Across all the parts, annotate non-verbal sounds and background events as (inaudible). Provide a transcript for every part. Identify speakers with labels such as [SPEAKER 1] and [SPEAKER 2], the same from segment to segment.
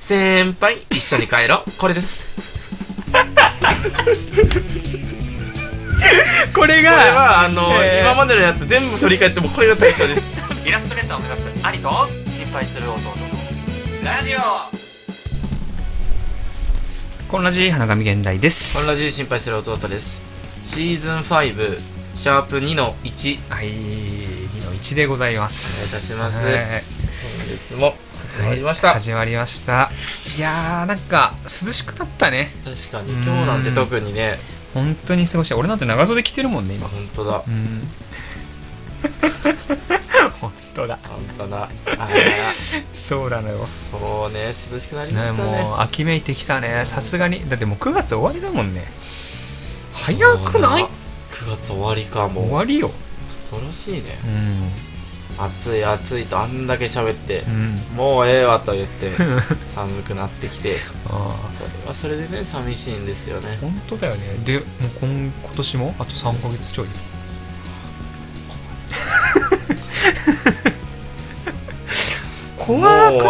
[SPEAKER 1] 先輩一緒に帰ろ (laughs) うこれです
[SPEAKER 2] これ
[SPEAKER 1] これ
[SPEAKER 2] が
[SPEAKER 1] はあの、
[SPEAKER 2] えー
[SPEAKER 1] 今までのやつ全部振り返ってもこれが対象です (laughs)
[SPEAKER 3] イラストレーターを目指す兄と心配する弟のラジオ
[SPEAKER 2] こんなじ花神現代です
[SPEAKER 1] 同じ心配する弟ですシーズン5シャープ2の1
[SPEAKER 2] はい2の1でございます
[SPEAKER 1] お願いいたします
[SPEAKER 2] はい
[SPEAKER 1] 今月も始まりました、
[SPEAKER 2] はい始まりましたいやーなんか涼しくなったね
[SPEAKER 1] 確かに今日なんて特にね
[SPEAKER 2] 本当に過ごして俺なんて長袖着てるもんね
[SPEAKER 1] あ
[SPEAKER 2] 今
[SPEAKER 1] 本当だ
[SPEAKER 2] うん
[SPEAKER 1] (laughs)
[SPEAKER 2] 本当だ
[SPEAKER 1] 本当だあら
[SPEAKER 2] そうなのよ
[SPEAKER 1] (laughs) そうね涼しくなりま
[SPEAKER 2] ね
[SPEAKER 1] したね
[SPEAKER 2] もう秋めいてきたねさすがにだってもう9月終わりだもんね早
[SPEAKER 1] そ
[SPEAKER 2] くない
[SPEAKER 1] うだ ?9 月終わりか
[SPEAKER 2] 終
[SPEAKER 1] も
[SPEAKER 2] わりよ
[SPEAKER 1] 恐ろしいね
[SPEAKER 2] うん
[SPEAKER 1] 暑い暑いとあんだけ喋って
[SPEAKER 2] う、ん
[SPEAKER 1] もうええわと言って
[SPEAKER 2] (laughs)
[SPEAKER 1] 寒くなってきて
[SPEAKER 2] あ
[SPEAKER 1] それはそれでね寂しいんですよね
[SPEAKER 2] あ本当だよねでもう今今年もあと3ヶ月
[SPEAKER 1] (laughs)
[SPEAKER 2] ちょい
[SPEAKER 1] もう終
[SPEAKER 2] 怖く
[SPEAKER 1] わ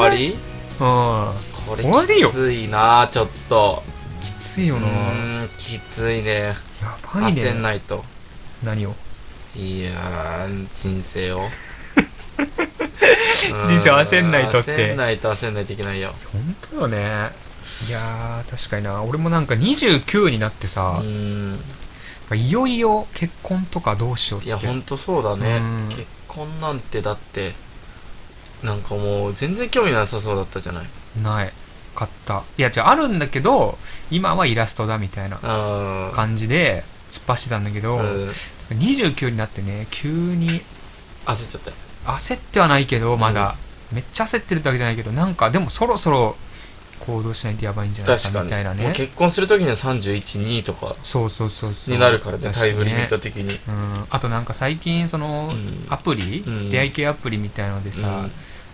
[SPEAKER 2] ない
[SPEAKER 1] り
[SPEAKER 2] あ
[SPEAKER 1] これ
[SPEAKER 2] 終わり
[SPEAKER 1] き
[SPEAKER 2] よ
[SPEAKER 1] ついなちょっと
[SPEAKER 2] あきついよ
[SPEAKER 1] う
[SPEAKER 2] な
[SPEAKER 1] ーんきついね
[SPEAKER 2] やばい
[SPEAKER 1] 焦ん
[SPEAKER 2] ね
[SPEAKER 1] ないと
[SPEAKER 2] 何を
[SPEAKER 1] いやー人生を
[SPEAKER 2] (laughs) 人生焦んないとって
[SPEAKER 1] うーん焦んないと焦んないといけないよ
[SPEAKER 2] 本当よねいやー確かにな俺もなんか29になって
[SPEAKER 1] う
[SPEAKER 2] さ、
[SPEAKER 1] ーん
[SPEAKER 2] いよいよ結婚とかどうしようっ
[SPEAKER 1] い
[SPEAKER 2] て
[SPEAKER 1] やほんとそうだね
[SPEAKER 2] うん
[SPEAKER 1] 結婚なんてだってなんかもう全然興味なさそうだったじゃない
[SPEAKER 2] ない買ったいや違うあるんだけど今はイラストだみたいな
[SPEAKER 1] あー
[SPEAKER 2] 感じで突っ走ってたんだけど、
[SPEAKER 1] うん
[SPEAKER 2] 29になってね急に
[SPEAKER 1] 焦っちゃったよ
[SPEAKER 2] 焦ってはないけどまだ、めっちゃ焦ってるってわけじゃないけどなんかでもそろそろ行動しないとやばいんじゃない
[SPEAKER 1] 確
[SPEAKER 2] かみた
[SPEAKER 1] か
[SPEAKER 2] いな
[SPEAKER 1] にもう
[SPEAKER 2] ね
[SPEAKER 1] 結婚するときには312とか
[SPEAKER 2] そうそうそうそう
[SPEAKER 1] になるからね
[SPEAKER 2] だし
[SPEAKER 1] タイムリミット的に
[SPEAKER 2] うん、あとなんか最近その、
[SPEAKER 1] うん
[SPEAKER 2] アプリ、
[SPEAKER 1] うん
[SPEAKER 2] 出会い系アプリみたいのでさ、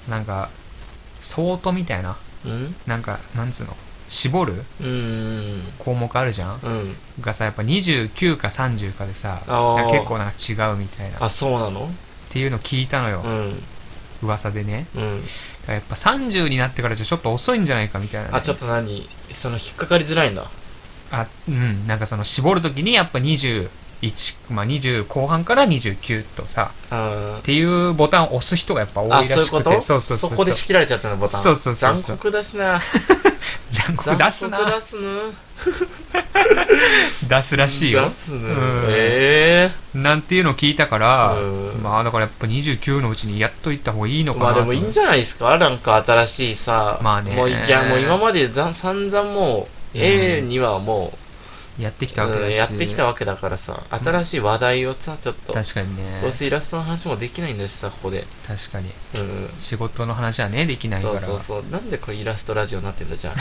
[SPEAKER 2] なんかソートみたいな
[SPEAKER 1] うん
[SPEAKER 2] なんかなんつうの絞る
[SPEAKER 1] うん
[SPEAKER 2] 項目あるじゃん
[SPEAKER 1] うん
[SPEAKER 2] がさやっぱ29か30かでさ
[SPEAKER 1] あー
[SPEAKER 2] なんか結構なんか違うみたいなっ
[SPEAKER 1] あそうなの
[SPEAKER 2] ていうの聞いたのよ
[SPEAKER 1] う、ん
[SPEAKER 2] 噂でね
[SPEAKER 1] うん
[SPEAKER 2] だからやっぱ30になってからじゃちょっと遅いんじゃないかみたいなね、
[SPEAKER 1] あちょっと何その引っかかりづらいんだ
[SPEAKER 2] あうんなんかその絞るときにやっぱ21まあ20後半から29とさ
[SPEAKER 1] うん
[SPEAKER 2] っていうボタンを押す人がやっぱ多いら
[SPEAKER 1] あ
[SPEAKER 2] しく
[SPEAKER 1] そう
[SPEAKER 2] て
[SPEAKER 1] いうこと
[SPEAKER 2] そうそうそう
[SPEAKER 1] こで仕切られちゃったのボタン
[SPEAKER 2] そうそうそうそう
[SPEAKER 1] 残酷出すな
[SPEAKER 2] 残酷
[SPEAKER 1] 残
[SPEAKER 2] 出す
[SPEAKER 1] 酷
[SPEAKER 2] な
[SPEAKER 1] 出すな
[SPEAKER 2] 出すらしいよ
[SPEAKER 1] 出すね
[SPEAKER 2] うん
[SPEAKER 1] え
[SPEAKER 2] なんていうのを聞いたから
[SPEAKER 1] うん
[SPEAKER 2] まあだからやっぱ29のうちにやっといた方がいいの
[SPEAKER 1] え
[SPEAKER 2] かな
[SPEAKER 1] まあでもいいんじゃないですかなんか新しいさ
[SPEAKER 2] まあね
[SPEAKER 1] もういやもう今までざ散々もう
[SPEAKER 2] うん
[SPEAKER 1] A にはも
[SPEAKER 2] ゃやってき
[SPEAKER 1] う、
[SPEAKER 2] たわけ
[SPEAKER 1] う
[SPEAKER 2] だ
[SPEAKER 1] ん
[SPEAKER 2] し
[SPEAKER 1] やってきたわけだからさ新しい話題をさちょっとど
[SPEAKER 2] 確かにね
[SPEAKER 1] うせイラストの話もできないんだしさここで
[SPEAKER 2] 確かに
[SPEAKER 1] うん
[SPEAKER 2] 仕事の話はねできないか
[SPEAKER 1] そう
[SPEAKER 2] ら
[SPEAKER 1] そうそうなんでこれイラストラジオになってんだじゃあ (laughs)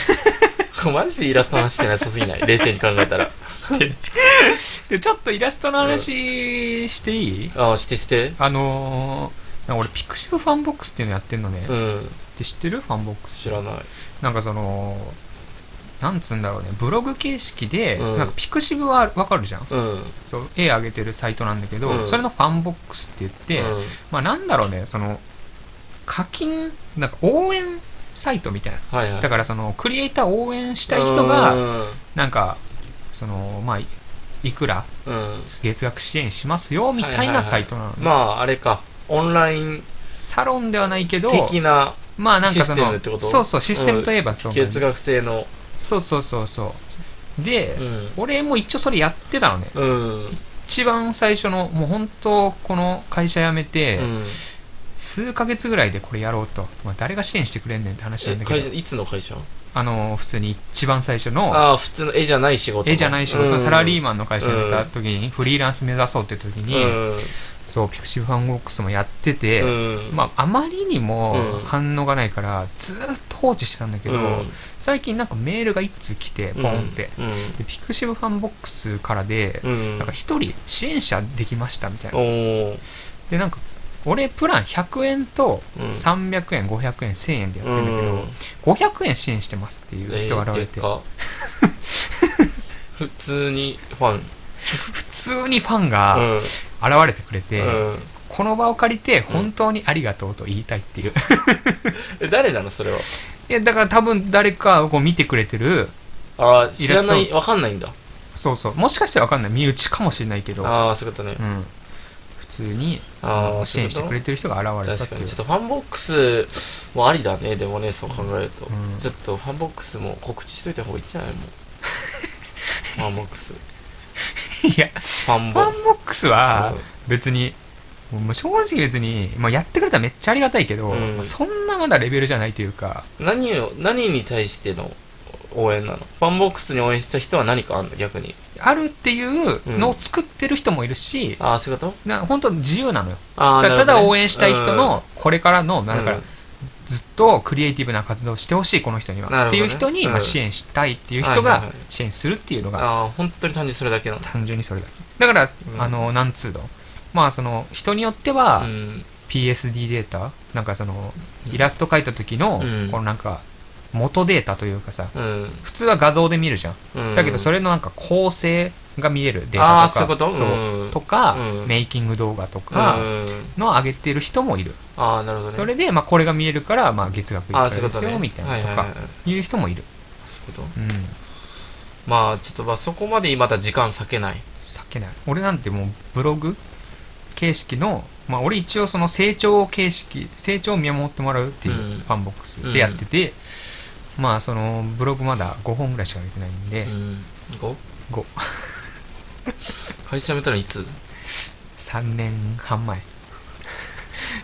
[SPEAKER 1] マジでイラストの話してなさすぎない冷静に考えたら
[SPEAKER 2] して (laughs) でちょっとイラストの話していい、
[SPEAKER 1] ああしてして
[SPEAKER 2] あのー、なんか俺ピクシブファンボックスっていうのやってんのね、
[SPEAKER 1] う
[SPEAKER 2] っ
[SPEAKER 1] ん
[SPEAKER 2] て知ってるファンボックス
[SPEAKER 1] 知らない
[SPEAKER 2] なんかそのなんつうんだろうねブログ形式で、
[SPEAKER 1] うん
[SPEAKER 2] なんかピクシブはわかるじゃん
[SPEAKER 1] うん
[SPEAKER 2] そう絵上げてるサイトなんだけど、
[SPEAKER 1] うん
[SPEAKER 2] それのファンボックスって言って、
[SPEAKER 1] うん
[SPEAKER 2] まあなんだろうねその課金なんか応援サイトみたいな
[SPEAKER 1] はいはい
[SPEAKER 2] だからそのクリエイターを応援したい人が
[SPEAKER 1] うん
[SPEAKER 2] なんかそのまあいいくら
[SPEAKER 1] うん
[SPEAKER 2] 月額支援しますよみた
[SPEAKER 1] はい
[SPEAKER 2] い
[SPEAKER 1] はいは
[SPEAKER 2] ないサイトなのね、
[SPEAKER 1] まああれかオンライン
[SPEAKER 2] サロンではないけど
[SPEAKER 1] 的な
[SPEAKER 2] まあなんかそ
[SPEAKER 1] システ
[SPEAKER 2] の
[SPEAKER 1] ムってこと
[SPEAKER 2] そうそうシステムといえばそう、
[SPEAKER 1] 月額制の
[SPEAKER 2] そうそうそうそうで、
[SPEAKER 1] うん
[SPEAKER 2] 俺も一応それやってたのね
[SPEAKER 1] うん
[SPEAKER 2] 一番最初のもう本当この会社辞めて、
[SPEAKER 1] うん
[SPEAKER 2] 数ヶ月ぐらいでこれやろうと、まあ、誰が支援してくれんねんって話なん
[SPEAKER 1] え
[SPEAKER 2] だけ
[SPEAKER 1] 会社
[SPEAKER 2] ど
[SPEAKER 1] いつの会社
[SPEAKER 2] あの普通に一番最初の
[SPEAKER 1] ああ普通の絵じゃない仕事の
[SPEAKER 2] 絵じゃない仕事の、
[SPEAKER 1] うん
[SPEAKER 2] サラリーマンの会社にいた時に、フリーランス目指そうって時に、そうピクシブファンボックスもやってて、
[SPEAKER 1] うんうん
[SPEAKER 2] まあ、あまりにも
[SPEAKER 1] うん
[SPEAKER 2] 反応がないから、ずーっと放置してたんだけど、
[SPEAKER 1] うん
[SPEAKER 2] 最近なんかメールが一通来て、ポンって。でピクシブファンボックスからで、
[SPEAKER 1] うんうん
[SPEAKER 2] なんか一人支援者できましたみたい
[SPEAKER 1] お
[SPEAKER 2] な。 (laughs)
[SPEAKER 1] ー
[SPEAKER 2] で、なんか、俺プラン100円と
[SPEAKER 1] うん
[SPEAKER 2] 300円、500円、1000円でやってるんだけど、
[SPEAKER 1] うん
[SPEAKER 2] 500円支援してますっていう人が現れ
[SPEAKER 1] えーで
[SPEAKER 2] て、(laughs)
[SPEAKER 1] か普通にファン
[SPEAKER 2] 普通にファンが現れてくれて、
[SPEAKER 1] うん
[SPEAKER 2] この場を借りて本当にありがとうと言いたいっていう。
[SPEAKER 1] え誰なのそれはい
[SPEAKER 2] や、だから多分誰かをこう見てくれてる、
[SPEAKER 1] ああ知らな
[SPEAKER 2] イラ
[SPEAKER 1] いわかんないんだ
[SPEAKER 2] そうそう、もしかしたらわかんない。身内かもしれないけど、
[SPEAKER 1] ああそういうことね
[SPEAKER 2] うん。普通に
[SPEAKER 1] ああ
[SPEAKER 2] 支援してくれてる人が現れたっ
[SPEAKER 1] 確
[SPEAKER 2] て
[SPEAKER 1] か
[SPEAKER 2] い
[SPEAKER 1] に
[SPEAKER 2] う
[SPEAKER 1] ちょっ。とファンボックスもありだねでもねそう考えると、
[SPEAKER 2] うん
[SPEAKER 1] ちょっとファンボックスも告知しといた方がいいんじゃ
[SPEAKER 2] (laughs)
[SPEAKER 1] ないもうファンボックスフ
[SPEAKER 2] いや、
[SPEAKER 1] ァン
[SPEAKER 2] フ
[SPEAKER 1] ボ
[SPEAKER 2] ァンボックスは
[SPEAKER 1] うん
[SPEAKER 2] 別に、もう正直別に、まあ、やってくれたらめっちゃありがたいけど、
[SPEAKER 1] うん
[SPEAKER 2] そんなまだレベルじゃないというか、
[SPEAKER 1] 何を何に対しての応援なのファンボックスに応援した人は何かあんの逆に
[SPEAKER 2] あるっていうのを作ってる人もいるし、
[SPEAKER 1] ああそういうこと
[SPEAKER 2] な本当自由なのよ。
[SPEAKER 1] ああ
[SPEAKER 2] だ
[SPEAKER 1] な
[SPEAKER 2] か
[SPEAKER 1] るほ
[SPEAKER 2] らた
[SPEAKER 1] どね
[SPEAKER 2] だ応援したい人の、これからの、
[SPEAKER 1] うん
[SPEAKER 2] だから
[SPEAKER 1] うん
[SPEAKER 2] ずっとクリエイティブな活動をしてほしい、この人に
[SPEAKER 1] な
[SPEAKER 2] は。
[SPEAKER 1] る
[SPEAKER 2] っ
[SPEAKER 1] ほ
[SPEAKER 2] て
[SPEAKER 1] どね
[SPEAKER 2] いう人に、
[SPEAKER 1] うん
[SPEAKER 2] まあ、支援したいっていう
[SPEAKER 1] は
[SPEAKER 2] 人
[SPEAKER 1] いはいは
[SPEAKER 2] が
[SPEAKER 1] い
[SPEAKER 2] 支援するっていうのが、
[SPEAKER 1] ああ本当に単純にそれだけなの
[SPEAKER 2] 単純にそれだけ。だから、
[SPEAKER 1] うん
[SPEAKER 2] あの、なんつうの。まあ、その、人によっては
[SPEAKER 1] う、ん
[SPEAKER 2] PSD データなんかそのイラスト描いた時の、
[SPEAKER 1] うん
[SPEAKER 2] このなんか元データというかさ
[SPEAKER 1] うん、
[SPEAKER 2] 普通は画像で見るじゃん、
[SPEAKER 1] うん、
[SPEAKER 2] だけどそ
[SPEAKER 1] れ
[SPEAKER 2] れのなんか構成が見えるデー
[SPEAKER 1] ああ
[SPEAKER 2] タ
[SPEAKER 1] ーそういうこ
[SPEAKER 2] とか
[SPEAKER 1] と
[SPEAKER 2] そう
[SPEAKER 1] うん
[SPEAKER 2] とか、
[SPEAKER 1] うん
[SPEAKER 2] メイキング動画とか
[SPEAKER 1] うん
[SPEAKER 2] の上げてる人もいる、
[SPEAKER 1] ああなるほどね
[SPEAKER 2] それで、まあ、これが見えるから、まあ、月額いく
[SPEAKER 1] あ
[SPEAKER 2] ら
[SPEAKER 1] あそうい
[SPEAKER 2] で
[SPEAKER 1] うこと
[SPEAKER 2] す
[SPEAKER 1] ね
[SPEAKER 2] よみたいな
[SPEAKER 1] はい
[SPEAKER 2] と
[SPEAKER 1] はいはい
[SPEAKER 2] かいう人もいる、
[SPEAKER 1] そういうこと
[SPEAKER 2] うん
[SPEAKER 1] まあちょっとまあそこまでまだ時間割けない
[SPEAKER 2] 避けない俺なんてもうブログ形式のまあ俺一応その成長形式成長を見守ってもらうっていう
[SPEAKER 1] うん
[SPEAKER 2] ファンボックスでやってて、まあそのブログまだ5本ぐらいしか上げてないんで、
[SPEAKER 1] うん5
[SPEAKER 2] 五
[SPEAKER 1] (laughs) 会社辞めたのいつ
[SPEAKER 2] 3年半前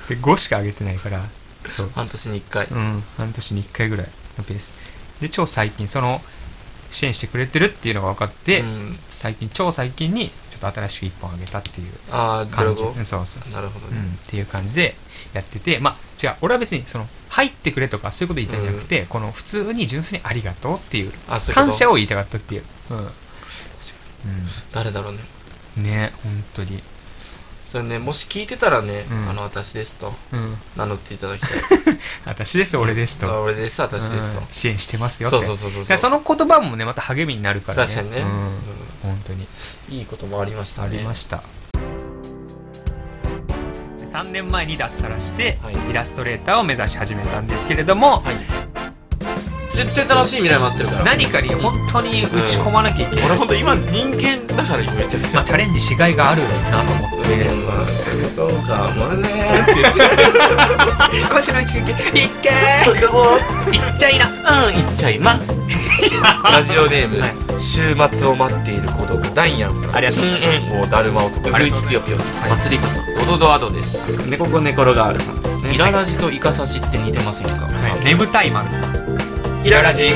[SPEAKER 2] で5しか上げてないからそう
[SPEAKER 1] 半年に1回
[SPEAKER 2] うん半年に1回ぐらいのペースで超最近その支援してくれてるっていうのが分かって、
[SPEAKER 1] うん、
[SPEAKER 2] 最近超最近にちょっと新しく1本上げたっていう
[SPEAKER 1] ああブ
[SPEAKER 2] 感
[SPEAKER 1] ロ
[SPEAKER 2] じ
[SPEAKER 1] グを
[SPEAKER 2] うんそうそうそう
[SPEAKER 1] なるほど
[SPEAKER 2] う
[SPEAKER 1] ね、
[SPEAKER 2] ん、っていう感じでやってて、まあ、違う、俺は別に、その、入ってくれとかそういうこと言いたいんじゃなくて、この、普通に純粋にありがとうっていう、
[SPEAKER 1] あそういうこと
[SPEAKER 2] 感謝を言いたかったっていう。うん。
[SPEAKER 1] 誰だろうね
[SPEAKER 2] うん、ね、本当に。
[SPEAKER 1] それねもし聞いてたらね、
[SPEAKER 2] うん
[SPEAKER 1] あの私ですと
[SPEAKER 2] うん。
[SPEAKER 1] 名乗っていただきたい
[SPEAKER 2] 私です、俺ですと。
[SPEAKER 1] あ俺です私ですと
[SPEAKER 2] うん、支援してますよって。
[SPEAKER 1] そうそうそうそう
[SPEAKER 2] いやその言葉もね、また励みになるからね。
[SPEAKER 1] 確かにね、う
[SPEAKER 2] う
[SPEAKER 1] ん
[SPEAKER 2] ん。本当に。
[SPEAKER 1] いいこともありました
[SPEAKER 2] あ
[SPEAKER 1] ね
[SPEAKER 2] りました。3年前に脱サラして、
[SPEAKER 1] はい
[SPEAKER 2] イラストレーターを目指し始めたんですけれども、
[SPEAKER 1] はい絶対楽しい未来待ってるから
[SPEAKER 2] 何かに本当に打ち込まなきゃいけない、
[SPEAKER 1] 俺ほんと今人間だから今めちゃくち
[SPEAKER 2] まあ、
[SPEAKER 1] ゃ
[SPEAKER 2] チャレンジしがいがあるなと思って、
[SPEAKER 1] まあそういうことかもねーって言って
[SPEAKER 2] 今週の一撃いっけ
[SPEAKER 1] 取り囲もう
[SPEAKER 2] ーいっちゃいな
[SPEAKER 1] うん、いっちゃいま。ラジオネーム、
[SPEAKER 2] は
[SPEAKER 1] 週末を待っている孤独、ダイアンさん、
[SPEAKER 2] ありがとう
[SPEAKER 1] 新
[SPEAKER 2] ございます
[SPEAKER 1] 縁王だるま男、
[SPEAKER 2] あ
[SPEAKER 1] ル
[SPEAKER 2] り
[SPEAKER 1] イ
[SPEAKER 2] がと
[SPEAKER 1] ス・
[SPEAKER 2] うござ
[SPEAKER 1] ピヨ
[SPEAKER 2] いま
[SPEAKER 1] ピヨさ
[SPEAKER 2] す
[SPEAKER 1] ん、
[SPEAKER 2] はい
[SPEAKER 1] まつりかさん、ドドドアドです。猫子猫ロガールさんですね。イララジとイカサシって似てませんか、さん
[SPEAKER 2] ねぶたい丸さんイララジ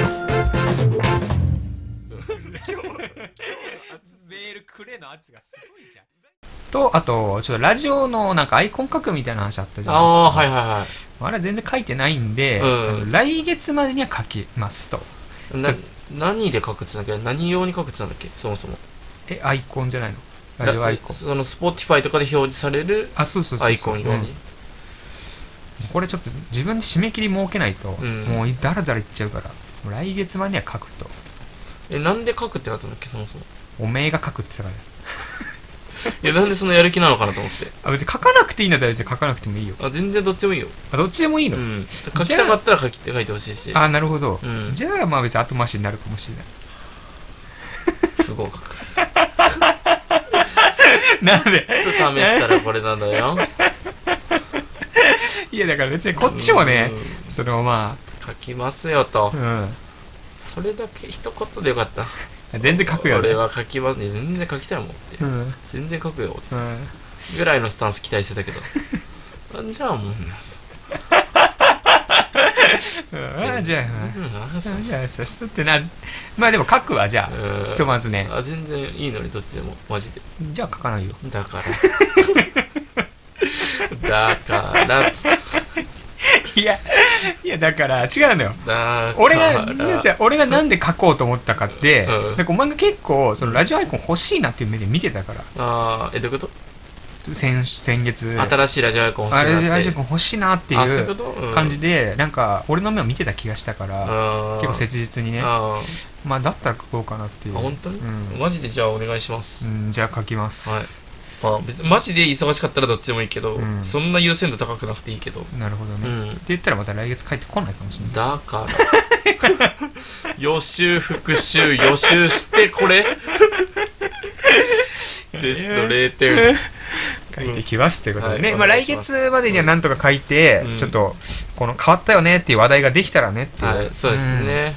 [SPEAKER 2] メールくれの圧がすごいじゃん (laughs) とあとちょっとラジオのなんかアイコン書くみたいな話あったじゃない
[SPEAKER 1] ああー、
[SPEAKER 2] ですか
[SPEAKER 1] はいは
[SPEAKER 2] あれは全然書いてないんで、
[SPEAKER 1] うん
[SPEAKER 2] 来月までには書きますと
[SPEAKER 1] いはい。な、何で書くつなんだっけ何用に書くつなんだっけそもそも。
[SPEAKER 2] えアイコンじゃないのラジオアイコン
[SPEAKER 1] その、スポティファイとかで表示される
[SPEAKER 2] あそうそうそうそう
[SPEAKER 1] アイコン用
[SPEAKER 2] うん
[SPEAKER 1] に。
[SPEAKER 2] これちょっと自分で締め切り設けないと、
[SPEAKER 1] うん
[SPEAKER 2] もうだらだらいっちゃうからもう来月までには書くと
[SPEAKER 1] え、なんで書くってなったんだっけそもそも。
[SPEAKER 2] おめえが書くって言ってたか
[SPEAKER 1] いや、なんでそのやる気なのかなと思って。
[SPEAKER 2] らあ別に書かなくていいんだったら別に書かなくてもいいよ
[SPEAKER 1] あ、全然どっちでもいいよ。
[SPEAKER 2] あどっちでもいいの、
[SPEAKER 1] うん。書きたかったら書きて書いてほしいし。
[SPEAKER 2] あなるほど、
[SPEAKER 1] うん
[SPEAKER 2] じゃあまあ別に後回しになるかもしれない
[SPEAKER 1] 不合格。
[SPEAKER 2] (laughs) なので
[SPEAKER 1] ちょっと試したらこれなのよ。
[SPEAKER 2] いやだから別に (laughs) こっちもねそのま
[SPEAKER 1] 書きますよと
[SPEAKER 2] あ、う。ん
[SPEAKER 1] それだけ一言でよかった。
[SPEAKER 2] 全然書くよね
[SPEAKER 1] 俺は書きます。全然書きたいもんって
[SPEAKER 2] う。ん、うん、
[SPEAKER 1] 全然書くよ。ぐらいのスタンス期待してた
[SPEAKER 2] (laughs)
[SPEAKER 1] けど。あじゃあもうなさ。
[SPEAKER 2] うんあじゃあ
[SPEAKER 1] うんなさ
[SPEAKER 2] うんじゃあさすってなまあでも書くわじゃあ、
[SPEAKER 1] うん
[SPEAKER 2] ひとまずね
[SPEAKER 1] あ全然いいのにどっちでも。マジで。
[SPEAKER 2] じゃあ書かないよ
[SPEAKER 1] だ
[SPEAKER 2] (laughs)
[SPEAKER 1] から。だからつ。
[SPEAKER 2] いやいやだから違うのよ
[SPEAKER 1] だから。
[SPEAKER 2] 俺が、みなちゃん、俺がなんで書こうと思ったかって、
[SPEAKER 1] うん
[SPEAKER 2] なんかお前が結構、そのラジオアイコン欲しいなっていう目で見てたから、
[SPEAKER 1] あーえ、どういうこと
[SPEAKER 2] 先先月、
[SPEAKER 1] 新しいラジオアイコン欲し
[SPEAKER 2] あ
[SPEAKER 1] いな
[SPEAKER 2] ラ
[SPEAKER 1] って。
[SPEAKER 2] ジオアイコン欲しいなって
[SPEAKER 1] あそういう
[SPEAKER 2] い
[SPEAKER 1] こ
[SPEAKER 2] う
[SPEAKER 1] とうん
[SPEAKER 2] 感じで、なんか俺の目を見てた気がしたから、
[SPEAKER 1] あー
[SPEAKER 2] 結構切実にね、
[SPEAKER 1] あー
[SPEAKER 2] まあだったら書こうかなっていう。
[SPEAKER 1] あ本当に、
[SPEAKER 2] うん
[SPEAKER 1] マジでじゃあお願いします、
[SPEAKER 2] うんじゃあ書きます。
[SPEAKER 1] まあ別にマジで忙しかったらどっちでもいいけど、
[SPEAKER 2] うん
[SPEAKER 1] そんな優先度高くなくていいけど
[SPEAKER 2] なるほどね、
[SPEAKER 1] う
[SPEAKER 2] って
[SPEAKER 1] ん
[SPEAKER 2] 言ったらまた来月帰ってこないかもしれない
[SPEAKER 1] だから (laughs) 予習復習予習してこ
[SPEAKER 2] (laughs)
[SPEAKER 1] れテスト0点
[SPEAKER 2] 書いてきますということでね、
[SPEAKER 1] はい
[SPEAKER 2] まあ、
[SPEAKER 1] お願い
[SPEAKER 2] 来
[SPEAKER 1] します
[SPEAKER 2] 月までにはなんとか書いて、
[SPEAKER 1] うん
[SPEAKER 2] ちょっとこの変わったよねっていう話題ができたらねっていう、
[SPEAKER 1] はいそうですね、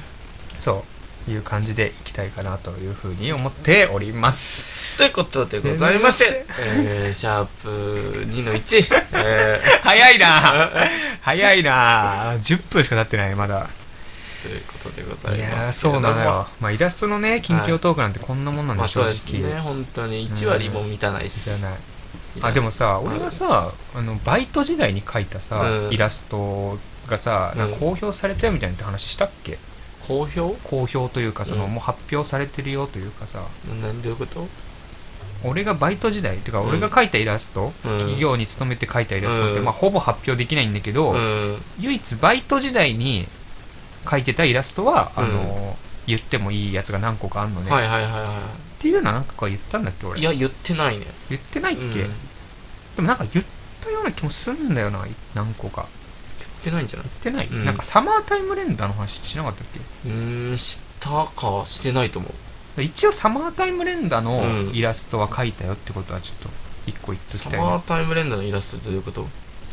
[SPEAKER 2] うんそういう感じでいきたいかなというふうに思っております
[SPEAKER 1] ということでございまして、えー、シャープ2の1、え
[SPEAKER 2] 早いな早いな10分しか経ってないまだ
[SPEAKER 1] ー、ということでご
[SPEAKER 2] い
[SPEAKER 1] ざい
[SPEAKER 2] や
[SPEAKER 1] ます
[SPEAKER 2] ー
[SPEAKER 1] けれ
[SPEAKER 2] そ
[SPEAKER 1] ど
[SPEAKER 2] う
[SPEAKER 1] も
[SPEAKER 2] なのよまあイラストのね近況トークなんてこんなもんなんで、
[SPEAKER 1] まあ
[SPEAKER 2] 正
[SPEAKER 1] そう
[SPEAKER 2] 直、
[SPEAKER 1] ですね本当に1割も満たないっ
[SPEAKER 2] じゃ
[SPEAKER 1] す、
[SPEAKER 2] ないあでもさ
[SPEAKER 1] い
[SPEAKER 2] 俺がさあのバイト時代に描いたさ、
[SPEAKER 1] うん
[SPEAKER 2] イラストがさなんか
[SPEAKER 1] うん
[SPEAKER 2] 公表されたよみたいなって話したっけ
[SPEAKER 1] 好評
[SPEAKER 2] 公表というかその、
[SPEAKER 1] うん
[SPEAKER 2] もう発表されてるよというかさ
[SPEAKER 1] ななんどういうこと
[SPEAKER 2] 俺がバイト時代っていうか
[SPEAKER 1] うん
[SPEAKER 2] 俺が描いたイラスト、
[SPEAKER 1] うん
[SPEAKER 2] 企業に勤めて描いたイラストって、
[SPEAKER 1] うん
[SPEAKER 2] まあ、ほぼ発表できないんだけど、
[SPEAKER 1] うん
[SPEAKER 2] 唯一バイト時代に描いてたイラストは、あの言ってもいいやつが何個かあんのね、
[SPEAKER 1] は
[SPEAKER 2] っ
[SPEAKER 1] いはいはいは
[SPEAKER 2] ていうのは何個か言ったんだっけ俺
[SPEAKER 1] いいや言ってないね
[SPEAKER 2] 言ってないっ
[SPEAKER 1] うん
[SPEAKER 2] け、
[SPEAKER 1] 言っ
[SPEAKER 2] でもなんか言ったような気もするんだよな何個か
[SPEAKER 1] てないんじゃない
[SPEAKER 2] 言ってない、
[SPEAKER 1] うん
[SPEAKER 2] なんかサマータイムレンダーの話しなかったっけ
[SPEAKER 1] うーんしたかしてないと思う
[SPEAKER 2] 一応サマータイムレンダーの
[SPEAKER 1] うん
[SPEAKER 2] イラストは描いたよってことはちょっと一個言っとき
[SPEAKER 1] サ
[SPEAKER 2] たい
[SPEAKER 1] マー
[SPEAKER 2] な、
[SPEAKER 1] タイムレンダーのイラストってどういうこと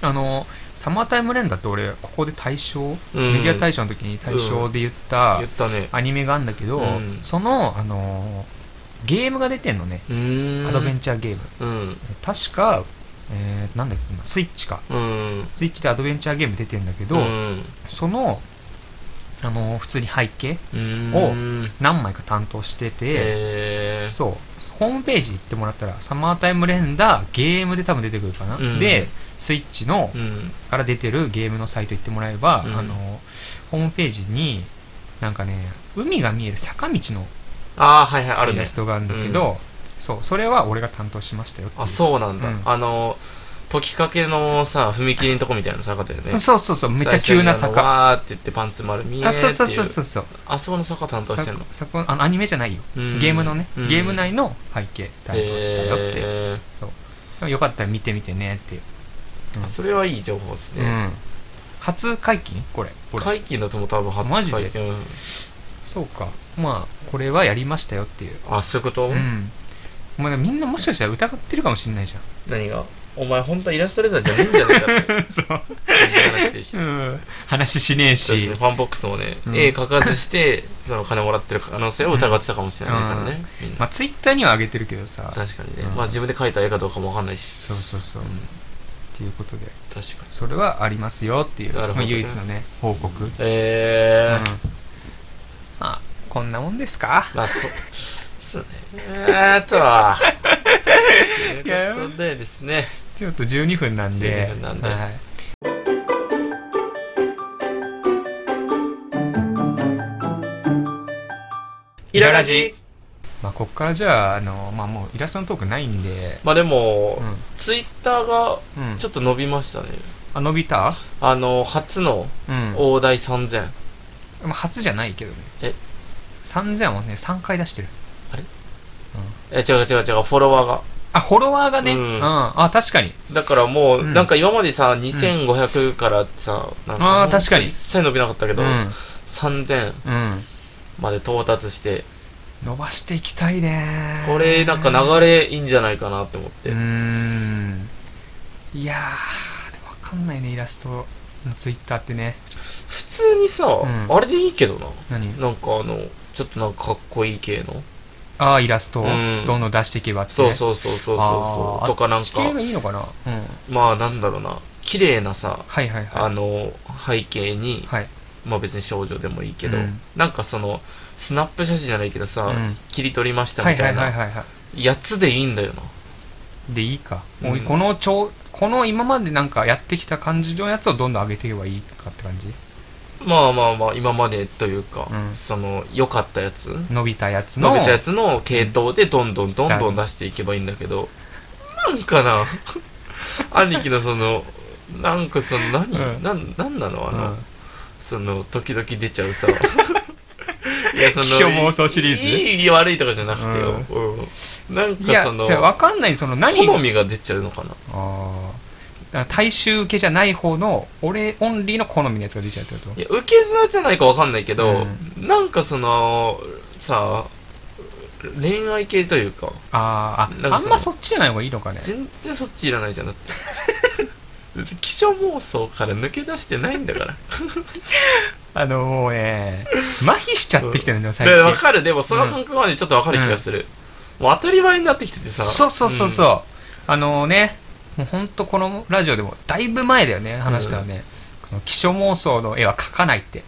[SPEAKER 2] あのサマータイムレンダーって俺ここで大賞、
[SPEAKER 1] うん
[SPEAKER 2] メディア大賞の時に大賞で言った
[SPEAKER 1] 言ったね
[SPEAKER 2] アニメがあるんだけど、
[SPEAKER 1] うん
[SPEAKER 2] その、あのーゲームが出てんのね
[SPEAKER 1] うーん
[SPEAKER 2] アドベンチャーゲーム、
[SPEAKER 1] うん
[SPEAKER 2] 確か、えー、なんだっけなスイッチか
[SPEAKER 1] うん
[SPEAKER 2] スイッチでアドベンチャーゲーム出てんだけど、
[SPEAKER 1] うん
[SPEAKER 2] その、あのー普通に背景
[SPEAKER 1] うーん
[SPEAKER 2] を何枚か担当してて、
[SPEAKER 1] えー
[SPEAKER 2] そう。ホームページ行ってもらったら、サマータイムレンダー、ゲームで多分出てくるかな。
[SPEAKER 1] うん
[SPEAKER 2] で、スイッチの、
[SPEAKER 1] うん
[SPEAKER 2] から出てるゲームのサイト行ってもらえば、
[SPEAKER 1] うん
[SPEAKER 2] あの、ホームページに、なんかね、海が見える坂道の
[SPEAKER 1] ああはいはいある
[SPEAKER 2] イラ
[SPEAKER 1] ね
[SPEAKER 2] ストがあるんだけど、そう、それは俺が担当しましたよっていう
[SPEAKER 1] あそうなんだ
[SPEAKER 2] うん
[SPEAKER 1] あの解きかけのさ踏切のとこみたいな坂だよね
[SPEAKER 2] そうそうそう、めっちゃ急な
[SPEAKER 1] 最初にあの
[SPEAKER 2] 坂。
[SPEAKER 1] わーって言ってパンツ丸見えー
[SPEAKER 2] あ、
[SPEAKER 1] ってい
[SPEAKER 2] そううそうそうそうそう。
[SPEAKER 1] あそこの坂担当してんの
[SPEAKER 2] そこ、あの、アニメじゃないよ。
[SPEAKER 1] うん
[SPEAKER 2] ゲームのね、
[SPEAKER 1] うん
[SPEAKER 2] ゲーム内の背景担当したよって。
[SPEAKER 1] えー
[SPEAKER 2] そう。よかったら見てみてねっていう。うん
[SPEAKER 1] あそれはいい情報です
[SPEAKER 2] う
[SPEAKER 1] ね
[SPEAKER 2] ん。初解禁これ。これ
[SPEAKER 1] 解禁だとも多分初
[SPEAKER 2] マジで
[SPEAKER 1] 解禁うん
[SPEAKER 2] そうかまあこれはやりましたよっていう
[SPEAKER 1] あそういうこと
[SPEAKER 2] うんまあみんなもしかしたら疑ってるかもしんないじ
[SPEAKER 1] (laughs) 何がお前本当はイラストレーターじゃねえんじゃねえかって
[SPEAKER 2] ゃんそう、
[SPEAKER 1] 話してる
[SPEAKER 2] (laughs)
[SPEAKER 1] し
[SPEAKER 2] うん、話しねえ
[SPEAKER 1] 確かに
[SPEAKER 2] し
[SPEAKER 1] ファンボックスもね、
[SPEAKER 2] うん
[SPEAKER 1] 絵描かずしてその金もらってる可能性を疑ってたかもしれないからね、みんな
[SPEAKER 2] まあツイッターには上げてるけどさ
[SPEAKER 1] 確かにね、
[SPEAKER 2] うん
[SPEAKER 1] まあ自分で描いた絵かどうかもわかんないし、
[SPEAKER 2] そうそうそうう、
[SPEAKER 1] ん
[SPEAKER 2] っ、ていうことで
[SPEAKER 1] 確かに
[SPEAKER 2] それはありますよっていう、
[SPEAKER 1] なるほど
[SPEAKER 2] まあ、唯一のね報告、うん
[SPEAKER 1] えー
[SPEAKER 2] まあこんなもんですか
[SPEAKER 1] まあそそうねあとはということでですね
[SPEAKER 2] ちょっと12分なんで
[SPEAKER 1] 12分なんで
[SPEAKER 2] はい
[SPEAKER 1] イララジ
[SPEAKER 2] まあ、こっからじゃああの、まあ、もうイラストのトークないんで、
[SPEAKER 1] まあでも、
[SPEAKER 2] う
[SPEAKER 1] ツイッターが
[SPEAKER 2] んうん、
[SPEAKER 1] ちょっと伸びましたね
[SPEAKER 2] あ伸びた、
[SPEAKER 1] あの初の
[SPEAKER 2] うん、
[SPEAKER 1] 大台3000、
[SPEAKER 2] まあ、初じゃないけどね。
[SPEAKER 1] え
[SPEAKER 2] ?3000 はね、3回出してる。
[SPEAKER 1] え違う違う違うフォロワーが
[SPEAKER 2] あ、フォロワーがね。う。
[SPEAKER 1] うんん
[SPEAKER 2] あ、確かに。
[SPEAKER 1] だからもう、
[SPEAKER 2] うん
[SPEAKER 1] なんか今までさ2500からさ、なん
[SPEAKER 2] あー確かに
[SPEAKER 1] 一切伸びなかったけ
[SPEAKER 2] う
[SPEAKER 1] ど、
[SPEAKER 2] ん。
[SPEAKER 1] 3000
[SPEAKER 2] うん。
[SPEAKER 1] まで到達して
[SPEAKER 2] 伸ばしていきたいね。
[SPEAKER 1] これなんか流
[SPEAKER 2] っ
[SPEAKER 1] れいいんじゃないかなって思って、
[SPEAKER 2] うーん。いやー、でもわかんないね、イラストのツイッターってね。
[SPEAKER 1] 普通にさ、
[SPEAKER 2] うん
[SPEAKER 1] あれでいいけどな
[SPEAKER 2] 何
[SPEAKER 1] なんかあのちょっとなんかかっこいい系の、
[SPEAKER 2] あー、イラストを
[SPEAKER 1] うん
[SPEAKER 2] どんどん出していけばってね、
[SPEAKER 1] そうそうそうそうそうそうとかなん
[SPEAKER 2] 地形が
[SPEAKER 1] か
[SPEAKER 2] いいのかなうん。
[SPEAKER 1] まあなんだろうな綺麗なさ
[SPEAKER 2] はいはいは
[SPEAKER 1] あの背景に
[SPEAKER 2] い。はい。
[SPEAKER 1] まあ別に少女でもいいけど、
[SPEAKER 2] うん
[SPEAKER 1] なんかそのスナップ写真じゃないけどさ、
[SPEAKER 2] うん
[SPEAKER 1] 切り取りました
[SPEAKER 2] はい
[SPEAKER 1] みた
[SPEAKER 2] はい
[SPEAKER 1] い
[SPEAKER 2] はい
[SPEAKER 1] な
[SPEAKER 2] はいはい。
[SPEAKER 1] やつでいいんだよな
[SPEAKER 2] でいいか、もう
[SPEAKER 1] うん
[SPEAKER 2] このちょこの今までなんかやってきた感じのやつをどんどん上げていけばいいかって感じ
[SPEAKER 1] まあまあまあ今までというか、
[SPEAKER 2] うん
[SPEAKER 1] その良かったやつ
[SPEAKER 2] 伸びたやつの
[SPEAKER 1] 伸びたやつの系統でどんどんどんどん出していけばいいんだけどなんか
[SPEAKER 2] (laughs)
[SPEAKER 1] な兄貴のそのなんかその何、
[SPEAKER 2] うん
[SPEAKER 1] なん、なんなのあの、
[SPEAKER 2] うん (laughs)
[SPEAKER 1] その時々出ちゃうさいやその
[SPEAKER 2] 気象妄想シリーズ
[SPEAKER 1] いい悪いとかじゃなくてよ、うんなん
[SPEAKER 2] いや
[SPEAKER 1] か
[SPEAKER 2] じ
[SPEAKER 1] その
[SPEAKER 2] ゃあ分かんないその何
[SPEAKER 1] 好みが出ちゃうのかな
[SPEAKER 2] あーだから大衆系じゃない方の俺オンリーの好みのやつが出ちゃうってこと
[SPEAKER 1] いや受けなじゃないかわかんないけど、なんかそのさ恋愛系というか
[SPEAKER 2] あー
[SPEAKER 1] なんか
[SPEAKER 2] ああ
[SPEAKER 1] そ
[SPEAKER 2] ん
[SPEAKER 1] の
[SPEAKER 2] まそっちじゃない方がいいのかね
[SPEAKER 1] 全然そっちいらないじゃんだって (laughs) 気象妄想から抜け出してないんだ
[SPEAKER 2] (laughs)
[SPEAKER 1] から
[SPEAKER 2] あのもうね麻痺しちゃってきてるんだよ最
[SPEAKER 1] でわ
[SPEAKER 2] 近
[SPEAKER 1] かるでもその感覚はねちょっとわかる気がする、もう当たり前になってきててさ
[SPEAKER 2] そうそうそうそう、あのねもうほんとこのラジオでもだいぶ前だよね話したよね、この気象妄想の絵は描かないって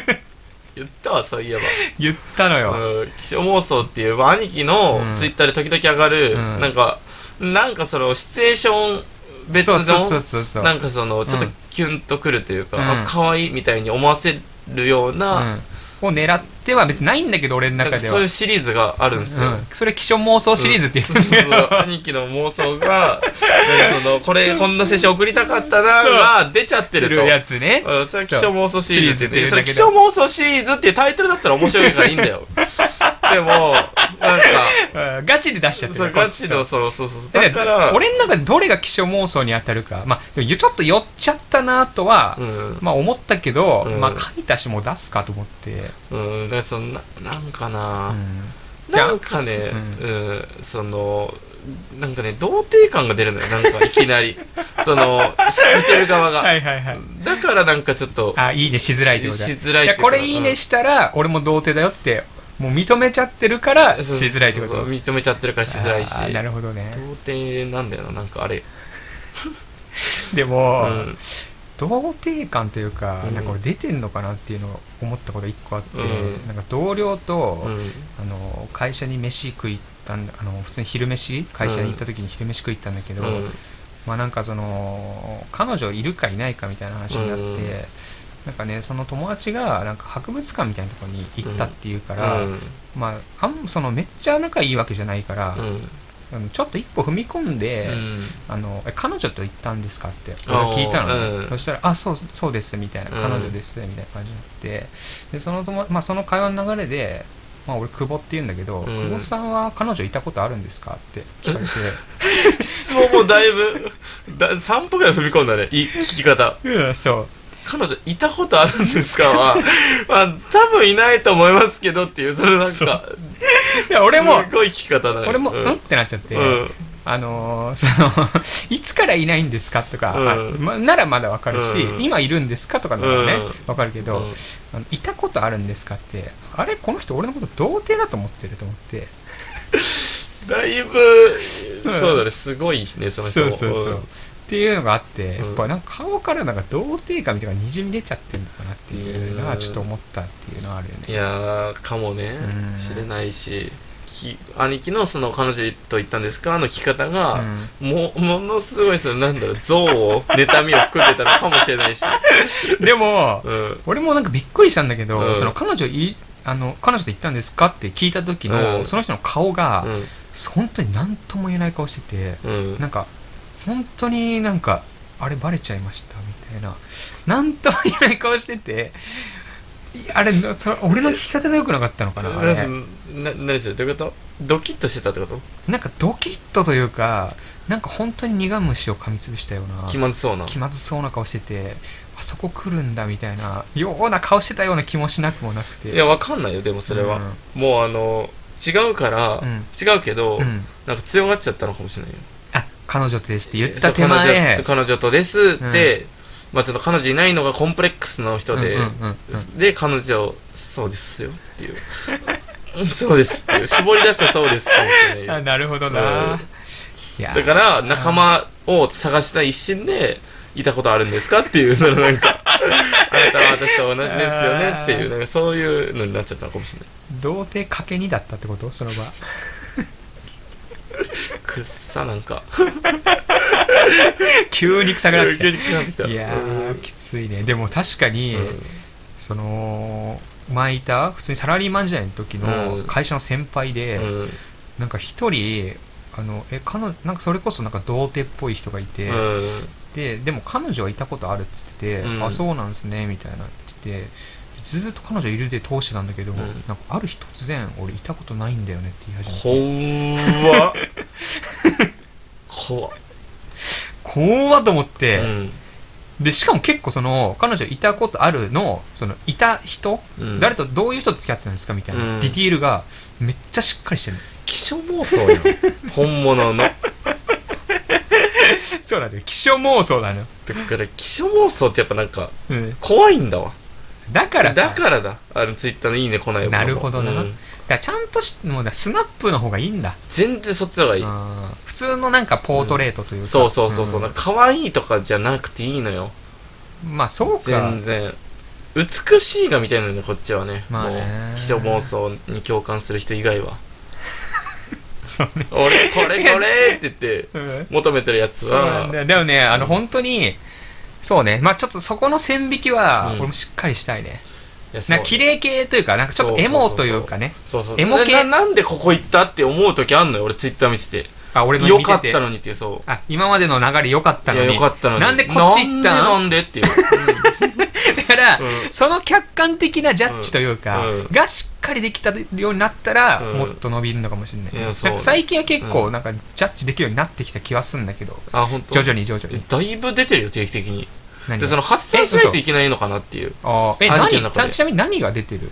[SPEAKER 1] (laughs) 言ったわそういえば
[SPEAKER 2] 言ったのよ、
[SPEAKER 1] うん気象妄想っていう、まあ、兄貴の
[SPEAKER 2] うん
[SPEAKER 1] ツイッターで時々上がる、
[SPEAKER 2] うん
[SPEAKER 1] なんかなんかそのシチュエーション別
[SPEAKER 2] そうそうそう
[SPEAKER 1] の
[SPEAKER 2] そうそう
[SPEAKER 1] なんかそのちょっと
[SPEAKER 2] うん
[SPEAKER 1] キュンとくるというか、
[SPEAKER 2] うん
[SPEAKER 1] あ可愛いみたいに思わせるような,、
[SPEAKER 2] うん、を狙っては別にないんだけど俺の
[SPEAKER 1] なん
[SPEAKER 2] 中
[SPEAKER 1] か
[SPEAKER 2] で
[SPEAKER 1] そうい
[SPEAKER 2] は
[SPEAKER 1] うシリーズがあるんですよ、
[SPEAKER 2] うん、それ気象妄想シリーズって言
[SPEAKER 1] そう
[SPEAKER 2] って
[SPEAKER 1] そ
[SPEAKER 2] る (laughs) んだよ
[SPEAKER 1] う兄貴の妄想
[SPEAKER 2] (laughs)
[SPEAKER 1] がなんかそのこれこんな青春送りたかったなが出ちゃってると
[SPEAKER 2] るやつね
[SPEAKER 1] うんそれは気象妄想シリーズって言ってそれ
[SPEAKER 2] そうシリーズって言うんだけ
[SPEAKER 1] 気
[SPEAKER 2] ど
[SPEAKER 1] 象妄想シリーズっていうタイトルだったら面白いからいいんだ
[SPEAKER 2] (laughs)
[SPEAKER 1] よでもなんか
[SPEAKER 2] うんガチで出しちゃって
[SPEAKER 1] そ
[SPEAKER 2] る
[SPEAKER 1] うガチのそうそうそうだ
[SPEAKER 2] で
[SPEAKER 1] から
[SPEAKER 2] 俺の中でどれが気象妄想に当たるかまあでもちょっと寄っちゃったなとは、
[SPEAKER 1] うん
[SPEAKER 2] まあ思ったけど、
[SPEAKER 1] うん
[SPEAKER 2] まあ書いたしもう出すかと思って、
[SPEAKER 1] うんだからそのななんかな、
[SPEAKER 2] うんじゃあ
[SPEAKER 1] なんかね
[SPEAKER 2] う
[SPEAKER 1] うん、そのなんかね童貞感が出るのよなんかいきなり
[SPEAKER 2] (laughs)
[SPEAKER 1] その見てる側が、
[SPEAKER 2] はいはいはい
[SPEAKER 1] だからなんかちょっと
[SPEAKER 2] あいいねしづらいってことだ
[SPEAKER 1] しづらいって
[SPEAKER 2] や
[SPEAKER 1] こと
[SPEAKER 2] これいいねしたら、俺も童貞だよってもう認めちゃってるからし
[SPEAKER 1] そうそうそう
[SPEAKER 2] づらいってこと
[SPEAKER 1] そう認めちゃってるからしづらいし
[SPEAKER 2] あーなるほどね
[SPEAKER 1] 童貞なんだよななんかあれ
[SPEAKER 2] でも、
[SPEAKER 1] うん
[SPEAKER 2] 童貞感というか、
[SPEAKER 1] うん
[SPEAKER 2] なんか俺出てんのかなっていうのを思ったこと一個あって、
[SPEAKER 1] うん
[SPEAKER 2] なんか同僚と、
[SPEAKER 1] うん
[SPEAKER 2] あの会社に飯食い行ったんだあの普通に昼飯会社に行った時に昼飯食い行ったんだけど、
[SPEAKER 1] うん
[SPEAKER 2] まあなんかその彼女いるかいないかみたいな話になって、
[SPEAKER 1] うん
[SPEAKER 2] なんかねその友達がなんか博物館みたいなところに行ったっていうから、
[SPEAKER 1] うん
[SPEAKER 2] まああんそのめっちゃ仲いいわけじゃないから、
[SPEAKER 1] うん
[SPEAKER 2] あのちょっと一歩踏み込んで、
[SPEAKER 1] うん
[SPEAKER 2] あのえ彼女と行ったんですかって俺が聞いたのね、
[SPEAKER 1] うん
[SPEAKER 2] そしたら「あそうそうです」みたいな「
[SPEAKER 1] うん
[SPEAKER 2] 彼女です」みたいな感じになってでその友、まあ、その会話の流れで、まあ、俺久保って言うんだけど、
[SPEAKER 1] ん
[SPEAKER 2] 久保さんは彼女いたことあるんですかって聞かれて、
[SPEAKER 1] (laughs) 質問もだいぶ (laughs) だ3歩ぐらい踏み込んだねい聞き方
[SPEAKER 2] うん、そう
[SPEAKER 1] 彼女いたことあるんですか
[SPEAKER 2] (laughs)
[SPEAKER 1] はまあ多分いないと思いますけどっていうそれなんか
[SPEAKER 2] いや俺も
[SPEAKER 1] すごい聞き方だね
[SPEAKER 2] 俺も「
[SPEAKER 1] うん
[SPEAKER 2] うん?」ってなっちゃって、
[SPEAKER 1] うん
[SPEAKER 2] あのー (laughs) そのいつからいないんですかとか、
[SPEAKER 1] うん
[SPEAKER 2] あまならまだわかるし、
[SPEAKER 1] うん
[SPEAKER 2] 今いるんですかとかならね
[SPEAKER 1] うん
[SPEAKER 2] わかるけど、
[SPEAKER 1] うん
[SPEAKER 2] あのいたことあるんですかってあれこの人俺のこと童貞だと思ってると思って
[SPEAKER 1] だいぶ
[SPEAKER 2] ん
[SPEAKER 1] そうだねすごいねその人
[SPEAKER 2] そう
[SPEAKER 1] も
[SPEAKER 2] そうそう、
[SPEAKER 1] ん
[SPEAKER 2] っていうのがあって
[SPEAKER 1] うん
[SPEAKER 2] やっぱなんか顔からなんか童貞感みたいなのがにじみ出ちゃってるのかなっていうのはちょっと思ったっていうのはあるよね
[SPEAKER 1] いやーかもね
[SPEAKER 2] うん
[SPEAKER 1] 知れないしき兄貴のその彼女と行ったんですかの聞き方が、もものすごいそのなんだろう憎悪 (laughs) 妬みを含んでたのかもしれないし、
[SPEAKER 2] でも
[SPEAKER 1] うん、
[SPEAKER 2] 俺もなんかびっくりしたんだけど、
[SPEAKER 1] うん
[SPEAKER 2] その彼女いあの彼女と行ったんですかって聞いた時の、
[SPEAKER 1] うん
[SPEAKER 2] その人の顔が、
[SPEAKER 1] うん
[SPEAKER 2] 本当に何とも言えない顔してて、
[SPEAKER 1] うん
[SPEAKER 2] なんか本当になんかあれバレちゃいましたみたいな何とも言えない顔してていあれなそれ俺の聞き方が良くなかったのかなあれ
[SPEAKER 1] な何それどういうことドキッとしてたってこと
[SPEAKER 2] なんかドキッとというかなんか本当に苦虫を噛みつぶしたような
[SPEAKER 1] 気まずそうな
[SPEAKER 2] 気まずそうな顔しててあそこ来るんだみたいなような顔してたような気もしなくもなくて
[SPEAKER 1] いやわかんないよでもそれは、もうあの違うから、
[SPEAKER 2] うん
[SPEAKER 1] 違うけど、
[SPEAKER 2] うんうん
[SPEAKER 1] なんか強がっちゃったのかもしれないよ
[SPEAKER 2] あ彼女とですって言った
[SPEAKER 1] そう
[SPEAKER 2] 手前
[SPEAKER 1] 彼女と彼女とですって、まあちょっと彼女いないのがコンプレックスの人で、
[SPEAKER 2] うんうんうんうん
[SPEAKER 1] で彼女そうですよっていうそう (laughs) ですっていう絞り出したそうですかもしれない
[SPEAKER 2] あ
[SPEAKER 1] よ
[SPEAKER 2] なるほど
[SPEAKER 1] う
[SPEAKER 2] なんいや
[SPEAKER 1] だから仲間を探した一心でいたことあるんですかっていうそのなん
[SPEAKER 2] (laughs)
[SPEAKER 1] かあなたは私と同じですよねっていうなんかそういうのになっちゃったのかもしれない
[SPEAKER 2] 童貞かけにだったってこ
[SPEAKER 1] (laughs)
[SPEAKER 2] とその場
[SPEAKER 1] くっさなんか
[SPEAKER 2] 急に臭くなってき
[SPEAKER 1] 急にきつくなってきた
[SPEAKER 2] たいや
[SPEAKER 1] う
[SPEAKER 2] ー
[SPEAKER 1] ん
[SPEAKER 2] きついねでも確かに、その前いた普通にサラリーマン時代の時
[SPEAKER 1] う
[SPEAKER 2] の
[SPEAKER 1] ん
[SPEAKER 2] 会社の先輩で、
[SPEAKER 1] うんうん
[SPEAKER 2] なんか一人あのえ彼女なんかそれこそなんか童貞っぽい人がいて、
[SPEAKER 1] うん
[SPEAKER 2] ででも彼女はいたことあるっつってて、
[SPEAKER 1] うん
[SPEAKER 2] あそうなんすねみたいなって言ってずっと彼女いるで通してたんだけど、
[SPEAKER 1] ん
[SPEAKER 2] なんかある日突然俺いたことないんだよねって言い始めて (laughs)
[SPEAKER 1] 怖っ怖っ
[SPEAKER 2] 怖っと思って、
[SPEAKER 1] うん
[SPEAKER 2] でしかも結構その彼女いたことあるのそのいた人、
[SPEAKER 1] うん
[SPEAKER 2] 誰とどういう人と付き合ってたんですかみたいな、
[SPEAKER 1] うん
[SPEAKER 2] ディティールがめっちゃしっかりしてる
[SPEAKER 1] 気象妄想やん本物の
[SPEAKER 2] そうなんだよ気象妄想なの、
[SPEAKER 1] だから気象妄想ってやっぱなんか
[SPEAKER 2] うん、
[SPEAKER 1] 怖いんだわ
[SPEAKER 2] だから
[SPEAKER 1] だからだあのツイッターの「いいね」来ないもの
[SPEAKER 2] なるほどな、
[SPEAKER 1] う
[SPEAKER 2] だ
[SPEAKER 1] ん
[SPEAKER 2] からちゃんとしもうだスナップの方がいいんだ、
[SPEAKER 1] 全然そっちの方がいい
[SPEAKER 2] あー普通のなんかポートレートというか、
[SPEAKER 1] そうそうそうそう、
[SPEAKER 2] ん
[SPEAKER 1] なんか可愛いとかじゃなくていいのよ
[SPEAKER 2] まあそうか
[SPEAKER 1] 全然美しいがみたいなのねこっちはね,、
[SPEAKER 2] まあね
[SPEAKER 1] もう気象妄想に共感する人以外は
[SPEAKER 2] そうね、
[SPEAKER 1] 俺こ
[SPEAKER 2] (laughs)
[SPEAKER 1] れこれって言って求めてるやつ
[SPEAKER 2] そうなん
[SPEAKER 1] は
[SPEAKER 2] だよでもねあの本当にそうねまあちょっとそこの線引きは
[SPEAKER 1] うん
[SPEAKER 2] 俺もしっかりしたいね、
[SPEAKER 1] いやそう
[SPEAKER 2] なんか綺麗系というかなんかちょっとエモというかね
[SPEAKER 1] そうそう
[SPEAKER 2] エモ系
[SPEAKER 1] ななんでここ行ったって思う時あんのよ俺ツイッター見て
[SPEAKER 2] あ俺
[SPEAKER 1] て
[SPEAKER 2] の
[SPEAKER 1] よ
[SPEAKER 2] 見
[SPEAKER 1] か
[SPEAKER 2] て
[SPEAKER 1] ってたのにっていうそ
[SPEAKER 2] あ今までの流れ良かっ
[SPEAKER 1] う
[SPEAKER 2] た
[SPEAKER 1] い
[SPEAKER 2] の
[SPEAKER 1] や
[SPEAKER 2] に
[SPEAKER 1] よかったのに
[SPEAKER 2] なんでこっち行った
[SPEAKER 1] なんんでなんで
[SPEAKER 2] (laughs)
[SPEAKER 1] っていう
[SPEAKER 2] だから、
[SPEAKER 1] うん
[SPEAKER 2] その客観的なジャッジというか、
[SPEAKER 1] うんうん
[SPEAKER 2] がしっかりできたようになったら、
[SPEAKER 1] うん
[SPEAKER 2] もっと伸びるのかもしれない
[SPEAKER 1] いやそう
[SPEAKER 2] なんか最近は結
[SPEAKER 1] う
[SPEAKER 2] 構なんかジャッジできるようになってきた気はするんだけど、
[SPEAKER 1] あ本当
[SPEAKER 2] 徐々に徐々に
[SPEAKER 1] だいぶ出てるよ定期的に
[SPEAKER 2] 何
[SPEAKER 1] で
[SPEAKER 2] が
[SPEAKER 1] その発散しないといけないのかなっていう
[SPEAKER 2] あーえ
[SPEAKER 1] アニメの
[SPEAKER 2] 何
[SPEAKER 1] 中で
[SPEAKER 2] たちなみに何が出てる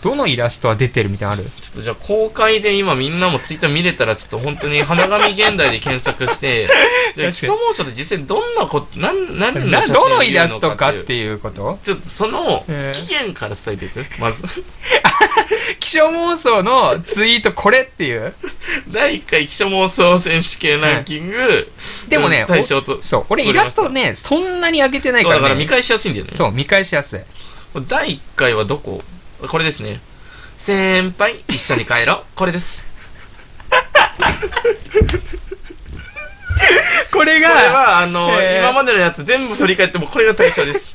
[SPEAKER 2] どのイラストは出てるみたいなのある
[SPEAKER 1] ちょっとじゃあ公開で今みんなもツイッター見れたらちょっと本当に花紙現代で検索
[SPEAKER 2] (laughs)
[SPEAKER 1] して、じゃあ基礎猛暑って実際どんなこと、なん、何の
[SPEAKER 2] な
[SPEAKER 1] 写真
[SPEAKER 2] どのイラストかっ
[SPEAKER 1] いう。
[SPEAKER 2] ていうこと
[SPEAKER 1] ちょっとその
[SPEAKER 2] えー
[SPEAKER 1] 期限から伝えていく、まず。 (laughs)
[SPEAKER 2] 気象妄想のツイートこれっていう
[SPEAKER 1] 第1回気象妄想選手権ランキング、
[SPEAKER 2] でもね
[SPEAKER 1] うん対象と。
[SPEAKER 2] おそう俺イラストねそんなに上げてない
[SPEAKER 1] そう
[SPEAKER 2] か
[SPEAKER 1] だからら見
[SPEAKER 2] ね
[SPEAKER 1] 返しやすいんだよね。
[SPEAKER 2] そう見返しやすい
[SPEAKER 1] 第1回はどここれですね。先輩、一緒に帰ろう。これです。
[SPEAKER 2] これ
[SPEAKER 1] こ
[SPEAKER 2] が
[SPEAKER 1] れは、あの、
[SPEAKER 2] えー
[SPEAKER 1] 今までのやつ全部振り返ってもこれが対象
[SPEAKER 2] (laughs)
[SPEAKER 1] です。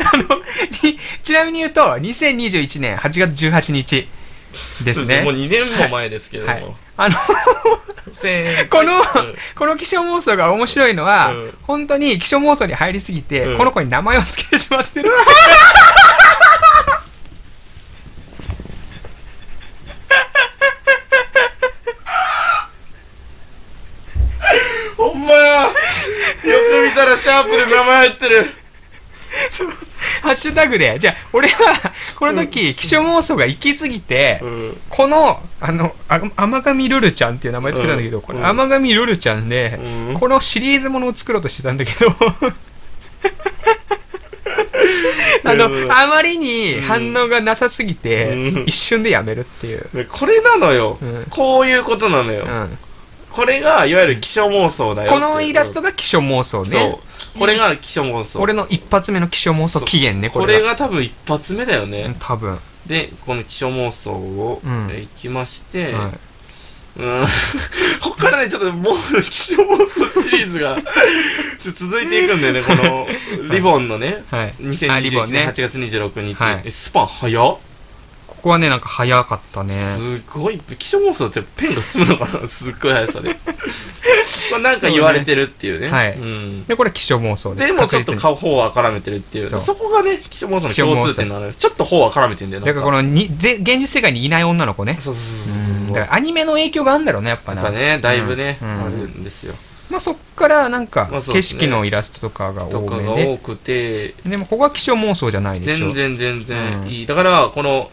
[SPEAKER 2] にちなみに言うと2021年8月18日ですね
[SPEAKER 1] もう2年も前ですけれども。
[SPEAKER 2] はいあの
[SPEAKER 1] せー
[SPEAKER 2] この、
[SPEAKER 1] うん
[SPEAKER 2] この気象妄想が面白いのは、
[SPEAKER 1] うん
[SPEAKER 2] 本当に気象妄想に入りすぎて、
[SPEAKER 1] うん
[SPEAKER 2] この子に名前を付けてし
[SPEAKER 1] (laughs)
[SPEAKER 2] まってる
[SPEAKER 1] ほんまやよく見たらシャープで名前入ってる
[SPEAKER 2] そうハッシュタグでじゃあ俺はこの時気象妄想が行き過ぎて、
[SPEAKER 1] うん
[SPEAKER 2] このあのあ甘神ルルちゃんっていう名前つけたんだけど、
[SPEAKER 1] うん
[SPEAKER 2] これ甘神ルルちゃんで、
[SPEAKER 1] うん
[SPEAKER 2] このシリーズものを作ろうとしてたんだけどあの、
[SPEAKER 1] うん
[SPEAKER 2] あまりに反応がなさすぎて、
[SPEAKER 1] うん
[SPEAKER 2] 一瞬でやめるっていう、
[SPEAKER 1] でこれなのよ、
[SPEAKER 2] うん
[SPEAKER 1] こういうことなのよ、
[SPEAKER 2] うん
[SPEAKER 1] これがいわゆる気象妄想だよ
[SPEAKER 2] このイラスト
[SPEAKER 1] が
[SPEAKER 2] が気象妄
[SPEAKER 1] そ
[SPEAKER 2] 想
[SPEAKER 1] う、
[SPEAKER 2] ね
[SPEAKER 1] これが気象妄想
[SPEAKER 2] 俺の一発目の気象妄想起源ね
[SPEAKER 1] こ
[SPEAKER 2] こ
[SPEAKER 1] れ
[SPEAKER 2] れが
[SPEAKER 1] が多分一発目だよね、
[SPEAKER 2] うん多分、
[SPEAKER 1] でこの気象妄想を、
[SPEAKER 2] うん
[SPEAKER 1] えーいきまして、
[SPEAKER 2] は
[SPEAKER 1] う
[SPEAKER 2] い
[SPEAKER 1] ん、 (laughs) こっからね、ちょっともう、気象妄想シリーズが、ちょっと続いていくんだよね、この、リボンのね、
[SPEAKER 2] はい、あリボ
[SPEAKER 1] 2021
[SPEAKER 2] ン
[SPEAKER 1] 年
[SPEAKER 2] ね
[SPEAKER 1] 8月26日、
[SPEAKER 2] はい
[SPEAKER 1] えスパン早っ
[SPEAKER 2] ここはねなんか早かったね
[SPEAKER 1] すごい気象妄想ってペンが進むのかなすっごい速さで
[SPEAKER 2] (laughs)
[SPEAKER 1] これなんか言われてるっていうね
[SPEAKER 2] はい
[SPEAKER 1] うん、
[SPEAKER 2] でこれ気象妄想です
[SPEAKER 1] でもちょっと
[SPEAKER 2] 確実に
[SPEAKER 1] 顔頬は絡めてるっていう
[SPEAKER 2] そ
[SPEAKER 1] そうこがね気象妄想の
[SPEAKER 2] 気象妄想
[SPEAKER 1] 共通点なのよちょっと頬は絡めてんだよな
[SPEAKER 2] だ
[SPEAKER 1] ん
[SPEAKER 2] からこのにぜ現実世界にいない女の子ね
[SPEAKER 1] そうそう
[SPEAKER 2] うん
[SPEAKER 1] そうそう
[SPEAKER 2] だからアニメの影響があるんだろうねやっぱ
[SPEAKER 1] や
[SPEAKER 2] な
[SPEAKER 1] っぱねだいぶね、
[SPEAKER 2] う
[SPEAKER 1] あ
[SPEAKER 2] ん
[SPEAKER 1] るんですよ
[SPEAKER 2] まあ、そっからなんか
[SPEAKER 1] まあそう
[SPEAKER 2] 景
[SPEAKER 1] ですね
[SPEAKER 2] 色のイラストとかが多
[SPEAKER 1] とか
[SPEAKER 2] め
[SPEAKER 1] が
[SPEAKER 2] で、
[SPEAKER 1] 多くて
[SPEAKER 2] でもここは気象妄想じゃないでしょ
[SPEAKER 1] 全然全
[SPEAKER 2] う
[SPEAKER 1] 然
[SPEAKER 2] ん
[SPEAKER 1] いい、だからこの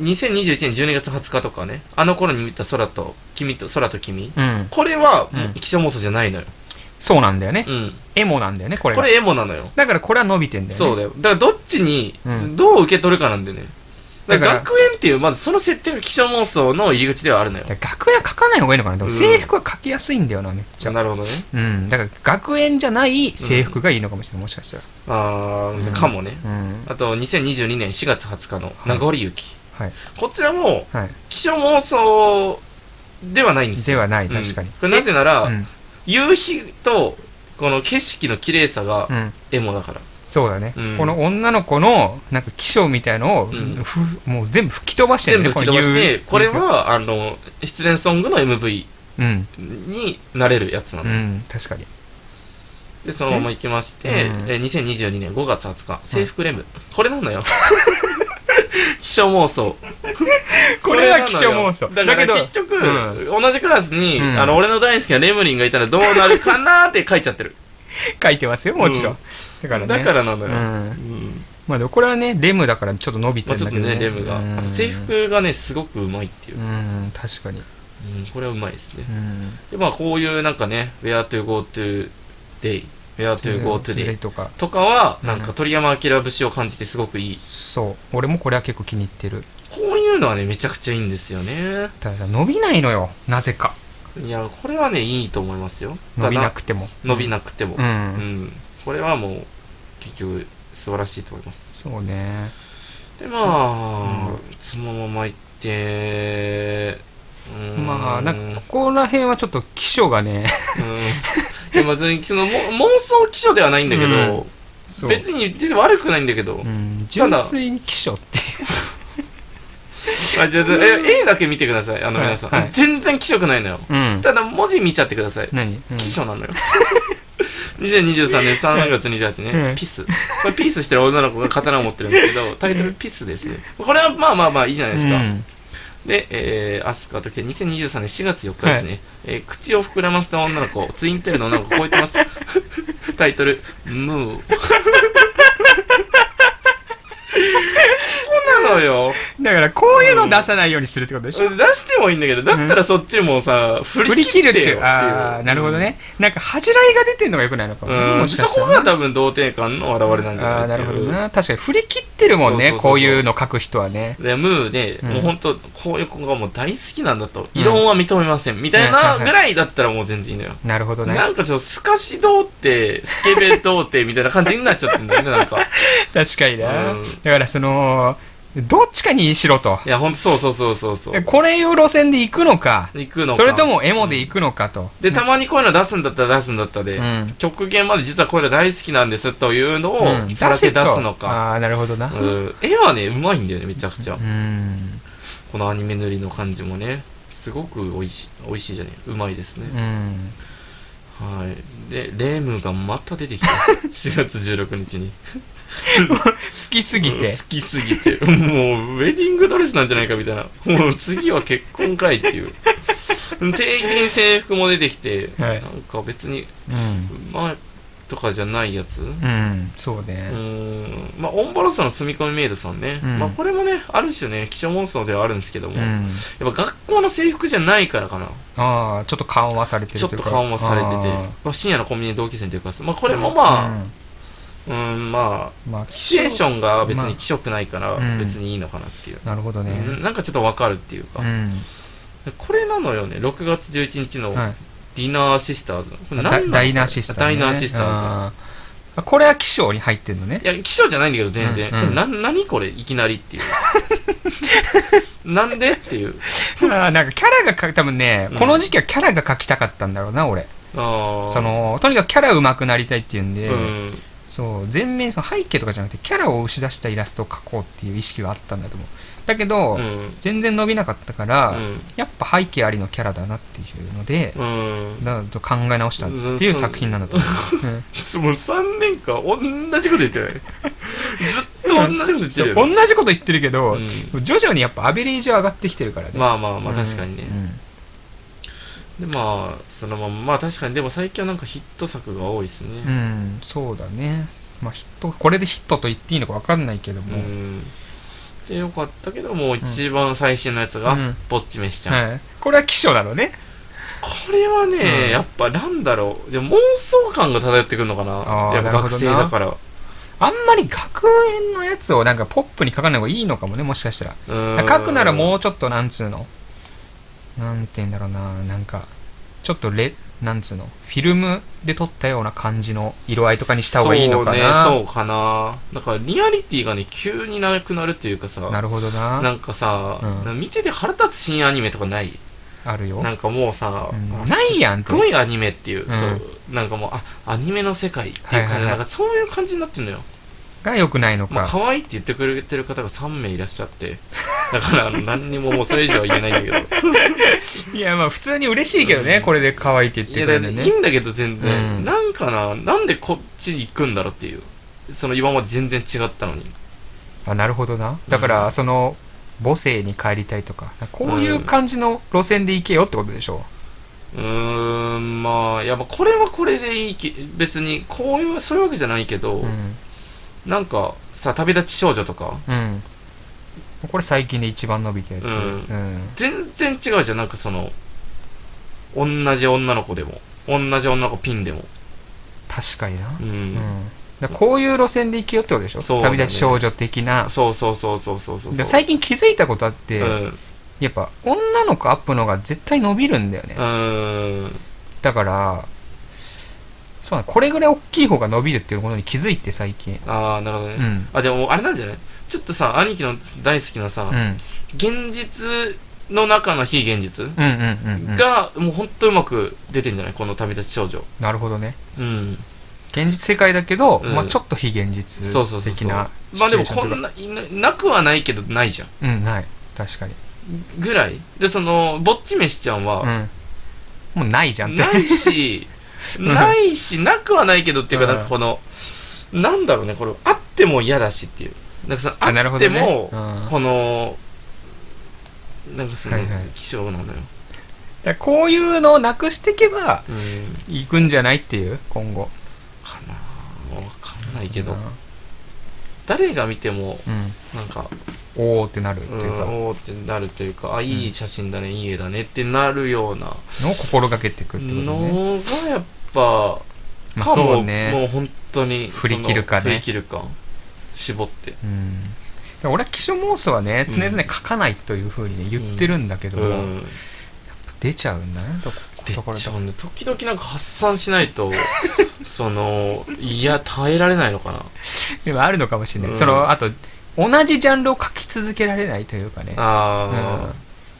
[SPEAKER 1] 2021年12月20日とかねあの頃に見た空と君と空と君
[SPEAKER 2] うん
[SPEAKER 1] これはもううん気象妄想じゃないのよ、
[SPEAKER 2] そうなんだよね、
[SPEAKER 1] うん、
[SPEAKER 2] エモなんだよねこれ
[SPEAKER 1] こ
[SPEAKER 2] が
[SPEAKER 1] れエモなのよ
[SPEAKER 2] だからこれは伸びてんだよね
[SPEAKER 1] そうだよ。だからどっちに
[SPEAKER 2] う、ん
[SPEAKER 1] どう受け取るかなんでね。だ
[SPEAKER 2] だ
[SPEAKER 1] か
[SPEAKER 2] からら
[SPEAKER 1] 学園っていう、まずその設定が気象妄想の入り口ではあるのよ。
[SPEAKER 2] だから学園は書かない方がいいのかなで
[SPEAKER 1] う
[SPEAKER 2] も
[SPEAKER 1] ん
[SPEAKER 2] 制服は書きやすいんだよなめっちゃ
[SPEAKER 1] なるほどね。
[SPEAKER 2] うんだから学園じゃない制服がいいのかもしれない、もしかしたら
[SPEAKER 1] あー、
[SPEAKER 2] うん
[SPEAKER 1] かもね。
[SPEAKER 2] うん
[SPEAKER 1] あと、2022年4月20日の名残雪。
[SPEAKER 2] はい
[SPEAKER 1] こちらも、
[SPEAKER 2] はい
[SPEAKER 1] 気象妄想ではないんです
[SPEAKER 2] で
[SPEAKER 1] よ。
[SPEAKER 2] はない
[SPEAKER 1] うん
[SPEAKER 2] 確かに、
[SPEAKER 1] これなぜなら、
[SPEAKER 2] うん
[SPEAKER 1] 夕日と、この景色の綺麗さが
[SPEAKER 2] う、ん
[SPEAKER 1] エモだから。
[SPEAKER 2] そうだね、
[SPEAKER 1] うん
[SPEAKER 2] この女の子のなんか気象みたいのを、
[SPEAKER 1] ん
[SPEAKER 2] ふもう全部吹き飛ばしてる
[SPEAKER 1] 全
[SPEAKER 2] ね
[SPEAKER 1] 部吹き飛ばして、これ
[SPEAKER 2] の夕
[SPEAKER 1] は、あの、失恋ソングの MV
[SPEAKER 2] うん
[SPEAKER 1] になれるやつなの
[SPEAKER 2] う。ん確かに
[SPEAKER 1] で、そのまま行きまして、
[SPEAKER 2] うん
[SPEAKER 1] えー2022年5月20日、制服レム。これなのよ。気象妄想
[SPEAKER 2] (laughs) これは気象妄想
[SPEAKER 1] だから結局、
[SPEAKER 2] うん
[SPEAKER 1] 同じクラスに、
[SPEAKER 2] うん
[SPEAKER 1] あの俺の大好きなレムリンがいたらどうなるかなーって書いちゃってる
[SPEAKER 2] 書いてますよもちろん、
[SPEAKER 1] うん
[SPEAKER 2] だからね
[SPEAKER 1] だからなんだ
[SPEAKER 2] う
[SPEAKER 1] よ、
[SPEAKER 2] ん
[SPEAKER 1] うん
[SPEAKER 2] まあでもこれはねレムだからちょっと伸びて
[SPEAKER 1] ま
[SPEAKER 2] る
[SPEAKER 1] あ、ち
[SPEAKER 2] ん
[SPEAKER 1] ょ
[SPEAKER 2] だ
[SPEAKER 1] っ
[SPEAKER 2] け
[SPEAKER 1] と
[SPEAKER 2] ど、ね
[SPEAKER 1] ねレムが、
[SPEAKER 2] うん
[SPEAKER 1] あと制服がねすごくうまいっていう
[SPEAKER 2] う、ん確かに
[SPEAKER 1] うんこれはうまいですね
[SPEAKER 2] うん
[SPEAKER 1] でまあこういうなんかね「Where to go to day」「Where to go to
[SPEAKER 2] レイ
[SPEAKER 1] day
[SPEAKER 2] とか」
[SPEAKER 1] とかはなん
[SPEAKER 2] う
[SPEAKER 1] か
[SPEAKER 2] ん
[SPEAKER 1] 鳥山明節を感じてすごくいい
[SPEAKER 2] そう俺もこれは結構気に入ってる
[SPEAKER 1] こういうのはねめちゃくちゃいいんですよね
[SPEAKER 2] ただ伸びないのよなぜか
[SPEAKER 1] いやこれはねいいと思いますよ
[SPEAKER 2] 伸びな
[SPEAKER 1] た
[SPEAKER 2] くても
[SPEAKER 1] だ伸びなくても
[SPEAKER 2] う、
[SPEAKER 1] うんんこれはもう結局素晴らしいと思います
[SPEAKER 2] そうね
[SPEAKER 1] でまあ、
[SPEAKER 2] うん
[SPEAKER 1] そのまま行ってうー
[SPEAKER 2] まあなんかここら辺はちょっと気象
[SPEAKER 1] (laughs)
[SPEAKER 2] がね
[SPEAKER 1] うんいやまあ別にそのも妄想気象ではないんだけど、
[SPEAKER 2] そう
[SPEAKER 1] 別に全然悪くないんだけど、
[SPEAKER 2] うん
[SPEAKER 1] た
[SPEAKER 2] 純
[SPEAKER 1] だ
[SPEAKER 2] 粋に気象って
[SPEAKER 1] あじゃあえ絵だけ見てくださいあの
[SPEAKER 2] はい
[SPEAKER 1] 皆さん、
[SPEAKER 2] はい
[SPEAKER 1] 全然気色ないのよ
[SPEAKER 2] うん
[SPEAKER 1] ただ文字見ちゃってください
[SPEAKER 2] 何、うん、
[SPEAKER 1] 気色なのよ2023年3月28日
[SPEAKER 2] う
[SPEAKER 1] ね
[SPEAKER 2] ん
[SPEAKER 1] ピスこれピースしてる女の子が刀を持ってるんですけどタイトルピスですねこれはまあまあまあいいじゃないですか、
[SPEAKER 2] うん
[SPEAKER 1] で、えー、アスカと来て2023年4月4日ですね、えー口を膨らませた女の子ツインテールの女の子超えてます (laughs) タイトル「ムー」 (laughs) そうなのよ
[SPEAKER 2] だからこういうの出さないようにするってことでしょ、
[SPEAKER 1] 出してもいいんだけどだったらそっちもさ、振
[SPEAKER 2] 振
[SPEAKER 1] り
[SPEAKER 2] り
[SPEAKER 1] 切
[SPEAKER 2] 切
[SPEAKER 1] る
[SPEAKER 2] る
[SPEAKER 1] っ
[SPEAKER 2] ってて
[SPEAKER 1] よって
[SPEAKER 2] い
[SPEAKER 1] いうう
[SPEAKER 2] ああなるほど、ねなんか恥じらいが出てんのがよくないのか
[SPEAKER 1] う
[SPEAKER 2] も,、
[SPEAKER 1] ん、
[SPEAKER 2] もし
[SPEAKER 1] そ
[SPEAKER 2] かし
[SPEAKER 1] こ
[SPEAKER 2] た
[SPEAKER 1] が
[SPEAKER 2] らね
[SPEAKER 1] 多分同点感の表れなんじ
[SPEAKER 2] あ
[SPEAKER 1] ゃ
[SPEAKER 2] あ
[SPEAKER 1] な
[SPEAKER 2] ないる
[SPEAKER 1] って
[SPEAKER 2] ほ
[SPEAKER 1] い
[SPEAKER 2] ど
[SPEAKER 1] う
[SPEAKER 2] な確かに振り切ってるもん
[SPEAKER 1] そうそうそ
[SPEAKER 2] ね
[SPEAKER 1] うそう
[SPEAKER 2] こういうの書く人はね
[SPEAKER 1] でムーで、
[SPEAKER 2] うん
[SPEAKER 1] もう本当こういう子がもう大好きなんだと、
[SPEAKER 2] うん
[SPEAKER 1] 異論は認めませんみたいなぐらいだったらもう全然いいのよ、
[SPEAKER 2] なるほどね
[SPEAKER 1] なんかちょっとすかし童貞スケベ童貞みたいな感じになっちゃってんだよ
[SPEAKER 2] (laughs)
[SPEAKER 1] ねなんか
[SPEAKER 2] 確かにな、
[SPEAKER 1] うん
[SPEAKER 2] だからそのどっちかにしろと
[SPEAKER 1] いやほんとそうそうそうそうそう
[SPEAKER 2] これいう路線で行くのか
[SPEAKER 1] 行くのか
[SPEAKER 2] それともエモで行くのかと、
[SPEAKER 1] でたまにこういうの出すんだったら出すんだったで、
[SPEAKER 2] うん
[SPEAKER 1] 極限まで実はこういうの大好きなんですというの
[SPEAKER 2] う
[SPEAKER 1] を
[SPEAKER 2] ん
[SPEAKER 1] さらけ出すのか、
[SPEAKER 2] ああーなるほどな
[SPEAKER 1] うん絵はねうまいんだよねめちゃくちゃ、
[SPEAKER 2] うん
[SPEAKER 1] このアニメ塗りの感じもねすごく美味しい美味しいじゃねえうまいですね
[SPEAKER 2] う、ん
[SPEAKER 1] はいでレームがまた出
[SPEAKER 2] (laughs)
[SPEAKER 1] てきた4月16日に
[SPEAKER 2] 好きすぎ
[SPEAKER 1] うん
[SPEAKER 2] て
[SPEAKER 1] 好きすぎてもうウェディングドレスなんじゃないかみたいなもう次は結婚かいっていう定期的に制服も出てきて、
[SPEAKER 2] はい
[SPEAKER 1] なんか別に
[SPEAKER 2] うん、
[SPEAKER 1] まあとかじゃないやつう
[SPEAKER 2] うん、そうね、
[SPEAKER 1] ーんまあオンボロスの住み込みメイドさんね、
[SPEAKER 2] うん
[SPEAKER 1] まあこれもねある種ね気象妄想ではあるんですけども、
[SPEAKER 2] う
[SPEAKER 1] やっ
[SPEAKER 2] ん、
[SPEAKER 1] ぱ学校の制服じゃないからかな
[SPEAKER 2] ああちょっと緩和されてる
[SPEAKER 1] ちょっ
[SPEAKER 2] いう
[SPEAKER 1] と
[SPEAKER 2] か
[SPEAKER 1] 緩和されてて
[SPEAKER 2] あ
[SPEAKER 1] まあ、深夜のコンビニ同級生というかまあこれも
[SPEAKER 2] あ
[SPEAKER 1] まあうん、まあ
[SPEAKER 2] うんまあ
[SPEAKER 1] シチュエーションが別
[SPEAKER 2] まあ
[SPEAKER 1] に気色ないから
[SPEAKER 2] うん
[SPEAKER 1] 別にいいのかなっていう、
[SPEAKER 2] なるほどね
[SPEAKER 1] うんなんかちょっとわかるっていうか、
[SPEAKER 2] うん、
[SPEAKER 1] これなのよね6月11日の
[SPEAKER 2] はい
[SPEAKER 1] ディナーシスターズ、これ
[SPEAKER 2] ダ
[SPEAKER 1] 何な
[SPEAKER 2] イ
[SPEAKER 1] の
[SPEAKER 2] ダイナーシスター、ね、
[SPEAKER 1] ダイナーシスターズ
[SPEAKER 2] あーこれは気象に入ってん
[SPEAKER 1] (laughs)
[SPEAKER 2] のね
[SPEAKER 1] いや気象じゃないんだけど全然、
[SPEAKER 2] うんうん
[SPEAKER 1] な何これいきなり
[SPEAKER 2] (laughs)
[SPEAKER 1] っていうなんでっていう
[SPEAKER 2] ああなんかキャラがか多分ね、
[SPEAKER 1] うん
[SPEAKER 2] この時期はキャラが描きたかったんだろうな俺
[SPEAKER 1] あー
[SPEAKER 2] そのとにかくキャラ上手くなりたいっていうんで、
[SPEAKER 1] うん
[SPEAKER 2] そう全面その背景とかじゃなくてキャラを押し出したイラストを描こうっていう意識はあったんだと思うだけど、
[SPEAKER 1] うん
[SPEAKER 2] 全然伸びなかったから、
[SPEAKER 1] うん
[SPEAKER 2] やっぱ背景ありのキャラだなっていうので、
[SPEAKER 1] うん
[SPEAKER 2] だと考え直したっていう作品なんだと思
[SPEAKER 1] (laughs)
[SPEAKER 2] う。うん
[SPEAKER 1] もう3年間同じこと言ってないずっと同じこと言ってるよね、
[SPEAKER 2] 同じこと言ってるけど、
[SPEAKER 1] う
[SPEAKER 2] 徐々にやっぱアベレージは上がってきてるからね。
[SPEAKER 1] んまあまあまあ
[SPEAKER 2] うん
[SPEAKER 1] 確かにね、
[SPEAKER 2] うん
[SPEAKER 1] でまあそのまままあ確かにでも最近はなんかヒット作が多いです
[SPEAKER 2] う
[SPEAKER 1] ね
[SPEAKER 2] ん、そうだね。まあヒット、これでヒットと言っていいのか分かんないけど
[SPEAKER 1] うん、
[SPEAKER 2] も。
[SPEAKER 1] でよかったけどもう一番最新のやつが、
[SPEAKER 2] うん
[SPEAKER 1] ぼっち飯ちゃん、
[SPEAKER 2] はい、これは気象なのね。
[SPEAKER 1] これはね、
[SPEAKER 2] うん
[SPEAKER 1] やっぱなんだろうでも妄想感が漂ってくるのかな
[SPEAKER 2] あー
[SPEAKER 1] やっぱ学生だから
[SPEAKER 2] あんまり学園のやつをなんかポップに書かない方がいいのかもね、もしかしたら。
[SPEAKER 1] うん
[SPEAKER 2] 書くならもうちょっとなんつうのなんて言うんだろうななんかちょっとレなんつうのフィルムで撮ったような感じの色合いとかにした方がいいのかな
[SPEAKER 1] そうねそうかなだからリアリティがね急になくなるっていうかさ
[SPEAKER 2] なるほどな
[SPEAKER 1] なんかさ、
[SPEAKER 2] うん
[SPEAKER 1] なんか見てて腹立つ新アニメとかない
[SPEAKER 2] あるよ
[SPEAKER 1] なんかもうさ、
[SPEAKER 2] うん
[SPEAKER 1] あ
[SPEAKER 2] ないやん
[SPEAKER 1] すっごいアニメっていう、
[SPEAKER 2] うん
[SPEAKER 1] そうなんかもうあアニメの世界っていう感じ、
[SPEAKER 2] はいはいはい
[SPEAKER 1] なんかそういう感じになってんのよ
[SPEAKER 2] が良くないのか、
[SPEAKER 1] まあ可愛いって言ってくれてる方が3名いらっしゃってだからあの何にももうそれ以上は言え
[SPEAKER 2] (laughs)
[SPEAKER 1] ないんだけど
[SPEAKER 2] いやまあ普通に嬉しいけどね、これで可愛いって言っ
[SPEAKER 1] い
[SPEAKER 2] て
[SPEAKER 1] や
[SPEAKER 2] くれ
[SPEAKER 1] だ
[SPEAKER 2] るん
[SPEAKER 1] から
[SPEAKER 2] で
[SPEAKER 1] い
[SPEAKER 2] ね
[SPEAKER 1] いんだけど全然、
[SPEAKER 2] うん
[SPEAKER 1] なんかななんでこっちに行くんだろうっていうその今まで全然違ったのに
[SPEAKER 2] あなるほどなだから、
[SPEAKER 1] う
[SPEAKER 2] その母性に帰りたいとかこういう感じの路線で行けよってことでしょ
[SPEAKER 1] うーんまあいやまあこれはこれでいいけ別にこういうそういうわけじゃないけど、
[SPEAKER 2] う、うん
[SPEAKER 1] なんかさ旅立ち少女とか
[SPEAKER 2] うんこれ最近で一番伸びたやつ、
[SPEAKER 1] う
[SPEAKER 2] うんん
[SPEAKER 1] 全然違うじゃんなんかその同じ女の子でも同じ女の子ピンでも
[SPEAKER 2] 確かにな、
[SPEAKER 1] う
[SPEAKER 2] うん
[SPEAKER 1] ん、
[SPEAKER 2] だからこういう路線で行けよってことでしょ、
[SPEAKER 1] そうだね
[SPEAKER 2] 旅立ち少女的な
[SPEAKER 1] そうそうそうそうそうそう
[SPEAKER 2] で最近気づいたことあって、
[SPEAKER 1] うんう
[SPEAKER 2] やっぱ女の子アップの方が絶対伸びるんだよね、
[SPEAKER 1] ーん
[SPEAKER 2] だからそうなのこれぐらい大きい方が伸びるっていうことに気づいて最近
[SPEAKER 1] ああなるほどね、
[SPEAKER 2] うん
[SPEAKER 1] あでもあれなんじゃないちょっとさ兄貴の大好きなさ、
[SPEAKER 2] うん
[SPEAKER 1] 現実の中の非現実
[SPEAKER 2] うんうんうんうん
[SPEAKER 1] が、もうほんとうまく出てんじゃないこの旅立ち少女
[SPEAKER 2] なるほどね
[SPEAKER 1] うん
[SPEAKER 2] 現実世界だけど、
[SPEAKER 1] うん
[SPEAKER 2] まあちょっと非現実
[SPEAKER 1] そうそうそう
[SPEAKER 2] 的
[SPEAKER 1] そう
[SPEAKER 2] な
[SPEAKER 1] まあでも
[SPEAKER 2] シチュエーショ
[SPEAKER 1] こ
[SPEAKER 2] ンと
[SPEAKER 1] ん
[SPEAKER 2] か
[SPEAKER 1] ないななくはないけどないじゃん
[SPEAKER 2] うんない確かに
[SPEAKER 1] ぐらいでそのぼっち飯ちゃん
[SPEAKER 2] う
[SPEAKER 1] は、
[SPEAKER 2] んもうないじゃんって
[SPEAKER 1] ないしないしなくはないけどっていうか
[SPEAKER 2] うん
[SPEAKER 1] なんかこのなんだろうねこれあっても嫌だしっていうなんかその
[SPEAKER 2] (laughs) あなる
[SPEAKER 1] あ
[SPEAKER 2] ほ
[SPEAKER 1] って
[SPEAKER 2] どね
[SPEAKER 1] も、
[SPEAKER 2] うん
[SPEAKER 1] このなんかその、
[SPEAKER 2] はいはい
[SPEAKER 1] 希少なのよ、
[SPEAKER 2] だからこういうのをなくしていけば
[SPEAKER 1] うん、
[SPEAKER 2] いくんじゃないっていう今後
[SPEAKER 1] かなぁわかんないけど、
[SPEAKER 2] うん
[SPEAKER 1] 誰が見ても
[SPEAKER 2] うん
[SPEAKER 1] なんか
[SPEAKER 2] おおってなるって
[SPEAKER 1] う
[SPEAKER 2] いうか、のを
[SPEAKER 1] ん、おーってなるというか、あ、いい写真だね、いい絵だねってなるような
[SPEAKER 2] 心がけていくってことね、
[SPEAKER 1] のがやっぱ、
[SPEAKER 2] まあ
[SPEAKER 1] かも
[SPEAKER 2] そうね
[SPEAKER 1] もう本当に、
[SPEAKER 2] 振り切るかね
[SPEAKER 1] その振り切るか。絞って。
[SPEAKER 2] うん、だから俺は気象妄想はね常々書かないというふうにね言ってるんだけど、
[SPEAKER 1] うん。
[SPEAKER 2] 出ちゃうんだねと
[SPEAKER 1] で、
[SPEAKER 2] ところ
[SPEAKER 1] ち
[SPEAKER 2] と
[SPEAKER 1] ょっとね時々なんか発散しない
[SPEAKER 2] (laughs)
[SPEAKER 1] と、その、いや、耐えられないのかな。
[SPEAKER 2] でもあるのかもしれない、
[SPEAKER 1] うん
[SPEAKER 2] そのあと同じジャンルを書き続けられないというかね、うん、だか
[SPEAKER 1] あ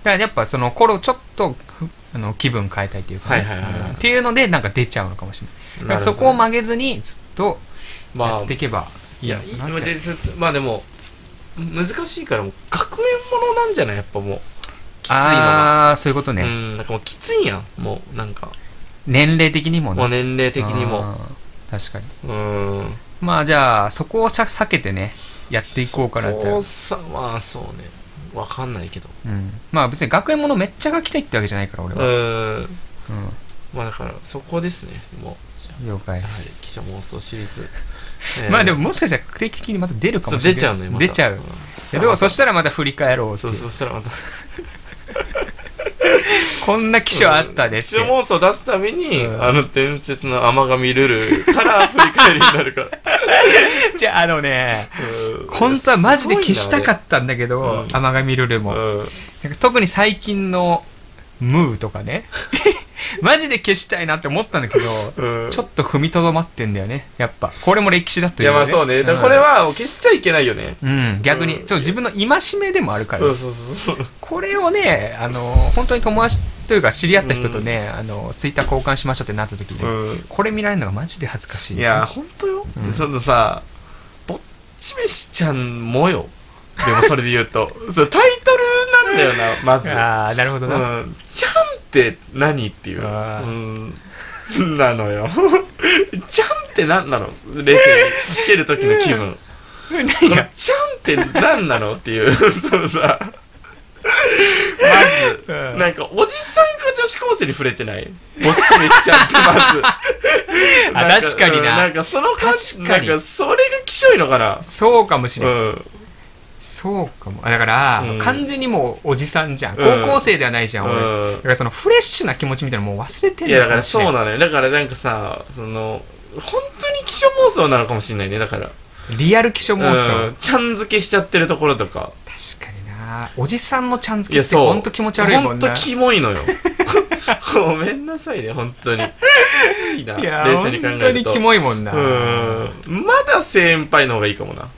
[SPEAKER 2] らやっぱその頃ちょっとふあの気分変えたいというか
[SPEAKER 1] は
[SPEAKER 2] ね、
[SPEAKER 1] いはいはいはい
[SPEAKER 2] うんっていうのでなんか出ちゃうのかもしれない
[SPEAKER 1] ー、
[SPEAKER 2] だからそこを曲げずにずっと
[SPEAKER 1] ま
[SPEAKER 2] や
[SPEAKER 1] あ
[SPEAKER 2] ってい、けばい
[SPEAKER 1] い
[SPEAKER 2] いの
[SPEAKER 1] や、
[SPEAKER 2] か
[SPEAKER 1] い
[SPEAKER 2] なって
[SPEAKER 1] まあでまあでも、難しいからもう、学園ものなんじゃないやっぱもう、きついのが。
[SPEAKER 2] ああーそういうこと
[SPEAKER 1] う
[SPEAKER 2] ね、
[SPEAKER 1] ん、なんかもうきついやん、もう、なんか。
[SPEAKER 2] 年齢的にも
[SPEAKER 1] まあ
[SPEAKER 2] ね
[SPEAKER 1] 年齢的にも。
[SPEAKER 2] あー確かに
[SPEAKER 1] うん。
[SPEAKER 2] まあじゃあそこをさ避けてねやっていこうかなって
[SPEAKER 1] 高さ、まあそうね。わかんないけど。
[SPEAKER 2] うん、まあ別に学園ものめっちゃ書きたいってわけじゃないから俺
[SPEAKER 1] う
[SPEAKER 2] は、
[SPEAKER 1] ん。
[SPEAKER 2] う
[SPEAKER 1] まあだから、そこですね。もう、じゃ
[SPEAKER 2] ん、了解
[SPEAKER 1] あ、
[SPEAKER 2] で
[SPEAKER 1] やは
[SPEAKER 2] す
[SPEAKER 1] り、記者妄想シリーズ。えー
[SPEAKER 2] (laughs) まあでも、もしかしたら定期的にまた出るか
[SPEAKER 1] そう
[SPEAKER 2] もしれ
[SPEAKER 1] 出
[SPEAKER 2] ない
[SPEAKER 1] ちゃうね、また
[SPEAKER 2] 出ちゃうんでもそしたらまた振り返ろうって
[SPEAKER 1] そ
[SPEAKER 2] いうう
[SPEAKER 1] そうそしたらま
[SPEAKER 2] (laughs)
[SPEAKER 1] た。
[SPEAKER 2] こんな機種あったねっ
[SPEAKER 1] 記
[SPEAKER 2] て
[SPEAKER 1] 者妄想出すために、
[SPEAKER 2] うん
[SPEAKER 1] あの伝説の甘神ルルから振り返りになるから。
[SPEAKER 2] (laughs) じゃああのね
[SPEAKER 1] うん
[SPEAKER 2] 本当はマジで消したか
[SPEAKER 1] っ
[SPEAKER 2] ったんだけど
[SPEAKER 1] うん
[SPEAKER 2] 甘神ルル
[SPEAKER 1] た
[SPEAKER 2] も、
[SPEAKER 1] うん。
[SPEAKER 2] なんか特に最近のムーとかね (laughs) マジで消したいなって思ったんだけど
[SPEAKER 1] うん
[SPEAKER 2] ちょっと踏みとどまってんだよねやっぱこれも歴史だと
[SPEAKER 1] い
[SPEAKER 2] いう
[SPEAKER 1] やまあそうね。だからこれはもう消しちゃいけないよね。
[SPEAKER 2] うん、逆に、
[SPEAKER 1] うん
[SPEAKER 2] ちょっと自分の戒めでもあるから、
[SPEAKER 1] そうそうそうそう。
[SPEAKER 2] これをね、あの、本当に友達というか知り合った人とね、あの、ツイッター交換しましょうってなった時に、
[SPEAKER 1] うん。
[SPEAKER 2] これ見られるのがマジで恥ずかしい。
[SPEAKER 1] いや、ほんとよ。
[SPEAKER 2] うん
[SPEAKER 1] そのさ、ぼっち飯ちゃんもよ。でもそれで言うと。 (laughs) そうタイトルなんだよな、まず。う
[SPEAKER 2] (laughs) あーなるほどな。
[SPEAKER 1] ん。ちゃんって何っていう。う
[SPEAKER 2] あ
[SPEAKER 1] ん。なのよ。ちゃんって何なの冷静につける時の気分。
[SPEAKER 2] 何 (laughs)
[SPEAKER 1] この
[SPEAKER 2] が
[SPEAKER 1] ちゃんって何なのっていう。そうさ。まず、
[SPEAKER 2] うん
[SPEAKER 1] なんか、おじさんが女子高生に触れてないぼっち飯ちゃんってまず。
[SPEAKER 2] (laughs) あ
[SPEAKER 1] なん
[SPEAKER 2] 確かにな
[SPEAKER 1] うんんかその感じ、
[SPEAKER 2] 確か
[SPEAKER 1] なん
[SPEAKER 2] に
[SPEAKER 1] かそれがきしょいのかな。
[SPEAKER 2] そうかもしれない、
[SPEAKER 1] うん。
[SPEAKER 2] そうかも。あだから、
[SPEAKER 1] うん
[SPEAKER 2] 完全にもうおじさんじゃん。
[SPEAKER 1] うん
[SPEAKER 2] 高校生ではないじゃん、俺。
[SPEAKER 1] う
[SPEAKER 2] だからそのフレッシュな気持ちみたいなのもう忘れて
[SPEAKER 1] ん。
[SPEAKER 2] ん
[SPEAKER 1] い
[SPEAKER 2] の
[SPEAKER 1] や、だからそう
[SPEAKER 2] もし
[SPEAKER 1] なのよ。だからなんかさ、その、本当に気象妄想なのかもしれないね、だから。
[SPEAKER 2] れないリアル気象妄想、
[SPEAKER 1] うん。ちゃん付けしちゃってるところとか。
[SPEAKER 2] 確かにな。おじさんのちゃん付
[SPEAKER 1] い
[SPEAKER 2] け
[SPEAKER 1] や、
[SPEAKER 2] って
[SPEAKER 1] そう。
[SPEAKER 2] ほんと気持ち悪いもんな。
[SPEAKER 1] ほんとキモいの
[SPEAKER 2] (laughs)
[SPEAKER 1] よ。ごめんなさいね、本当に。いいな、
[SPEAKER 2] いや
[SPEAKER 1] 冷静に考
[SPEAKER 2] 本当
[SPEAKER 1] え
[SPEAKER 2] に
[SPEAKER 1] ると。
[SPEAKER 2] キモいもんな。
[SPEAKER 1] うん。まだ先輩の方がいいかもな。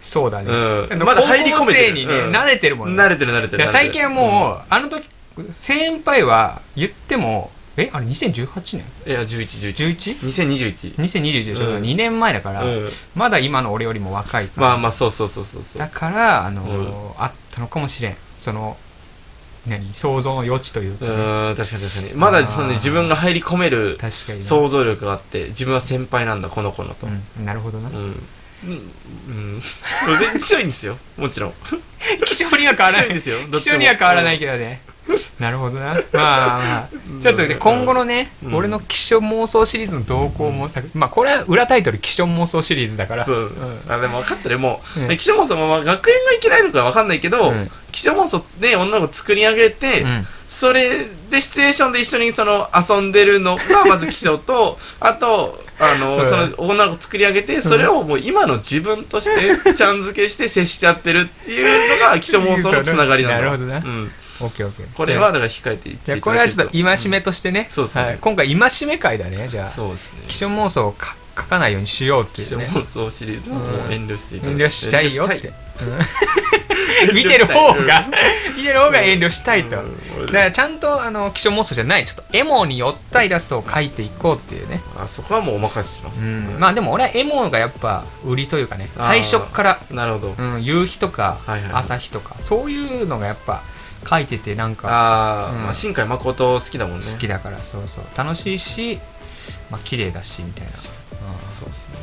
[SPEAKER 2] そうだね。
[SPEAKER 1] うん。
[SPEAKER 2] ま
[SPEAKER 1] ま
[SPEAKER 2] だ
[SPEAKER 1] だ
[SPEAKER 2] 入
[SPEAKER 1] 入
[SPEAKER 2] り
[SPEAKER 1] り
[SPEAKER 2] 込
[SPEAKER 1] 込めてる。
[SPEAKER 2] にね、
[SPEAKER 1] うん
[SPEAKER 2] 慣れてるもんね。
[SPEAKER 1] 慣れてる慣れて
[SPEAKER 2] い
[SPEAKER 1] る。
[SPEAKER 2] や最近は
[SPEAKER 1] うん
[SPEAKER 2] もう、あの時、先輩は言っても、えあれ2018年
[SPEAKER 1] いや、11、11。
[SPEAKER 2] ?11?2021
[SPEAKER 1] 2021。
[SPEAKER 2] でしょ、
[SPEAKER 1] うん
[SPEAKER 2] 2年前だから、
[SPEAKER 1] うん。
[SPEAKER 2] まだ今の俺よりも若いから。
[SPEAKER 1] まあまあ、そうそうそうそうそう。
[SPEAKER 2] だから、あのーあったのかもしれん。その、何想像の余地という
[SPEAKER 1] う
[SPEAKER 2] か、
[SPEAKER 1] ーん、確かに確かに。まだその、
[SPEAKER 2] あー
[SPEAKER 1] ね、自分が入り込める
[SPEAKER 2] 確かにね、
[SPEAKER 1] 想像力があって、自分は先輩なんだ、この子のと。
[SPEAKER 2] うんなるほどな。
[SPEAKER 1] うん。うん、うん、 (laughs) 全然強いんですよもちろん
[SPEAKER 2] 気象には変わらない
[SPEAKER 1] 気象ですよどっちも
[SPEAKER 2] 気象には変わらないけどねなるほどなまあまあまあちょっとじゃあ今後のね、
[SPEAKER 1] うん
[SPEAKER 2] 俺の気象妄想シリーズの動向もさ、まあこれは裏タイトル気象妄想シリーズだから
[SPEAKER 1] そう、
[SPEAKER 2] ん
[SPEAKER 1] あでも分かってるもう、
[SPEAKER 2] うん
[SPEAKER 1] 岸本さんは学園がいけないのか分かんないけど、
[SPEAKER 2] うん
[SPEAKER 1] 岸本さんで女の子作り上げて、
[SPEAKER 2] うん
[SPEAKER 1] それでシチュエーションで一緒にその遊んでるのがまず気象
[SPEAKER 2] (laughs)
[SPEAKER 1] とあとあの、
[SPEAKER 2] うん
[SPEAKER 1] その女の子作り上げてそれをもう今の自分としてちゃん付けして接しちゃってるっていうのが気象妄想のつながりなんだ
[SPEAKER 2] なるほどな
[SPEAKER 1] うん、
[SPEAKER 2] オッケーオッケー
[SPEAKER 1] これはだから控えていっていた
[SPEAKER 2] じ
[SPEAKER 1] だけ
[SPEAKER 2] ゃ
[SPEAKER 1] る
[SPEAKER 2] あこれはちょっと戒めとしてね、
[SPEAKER 1] そうですね
[SPEAKER 2] はい今回戒め会だねじゃあ
[SPEAKER 1] そうですね
[SPEAKER 2] 気象妄想をか書かないようにしようって
[SPEAKER 1] 気
[SPEAKER 2] いう
[SPEAKER 1] 象
[SPEAKER 2] ね
[SPEAKER 1] 妄想シリーズはもう遠慮していただ
[SPEAKER 2] 遠
[SPEAKER 1] いて
[SPEAKER 2] 慮したいよっ
[SPEAKER 1] 遠慮
[SPEAKER 2] て
[SPEAKER 1] し
[SPEAKER 2] うん見てる方が見てる方が遠慮したいと、
[SPEAKER 1] うん
[SPEAKER 2] だからちゃんとあの気象妄想じゃないちょっとエモに寄ったイラストを描いていこうっていうね、
[SPEAKER 1] あそこはもうお任せします、
[SPEAKER 2] うんまあでも俺はエモがやっぱ売りというかね
[SPEAKER 1] あー
[SPEAKER 2] 最初っから、
[SPEAKER 1] なるほど、
[SPEAKER 2] うん、夕日とか
[SPEAKER 1] はいはいはい
[SPEAKER 2] 朝日とか、そういうのがやっぱ描いててなんか
[SPEAKER 1] ああ、
[SPEAKER 2] うん
[SPEAKER 1] まあ新海誠好きだもんね
[SPEAKER 2] 好きだから、そうそう楽しいしまあ綺麗だしみたいな、うん
[SPEAKER 1] そうですね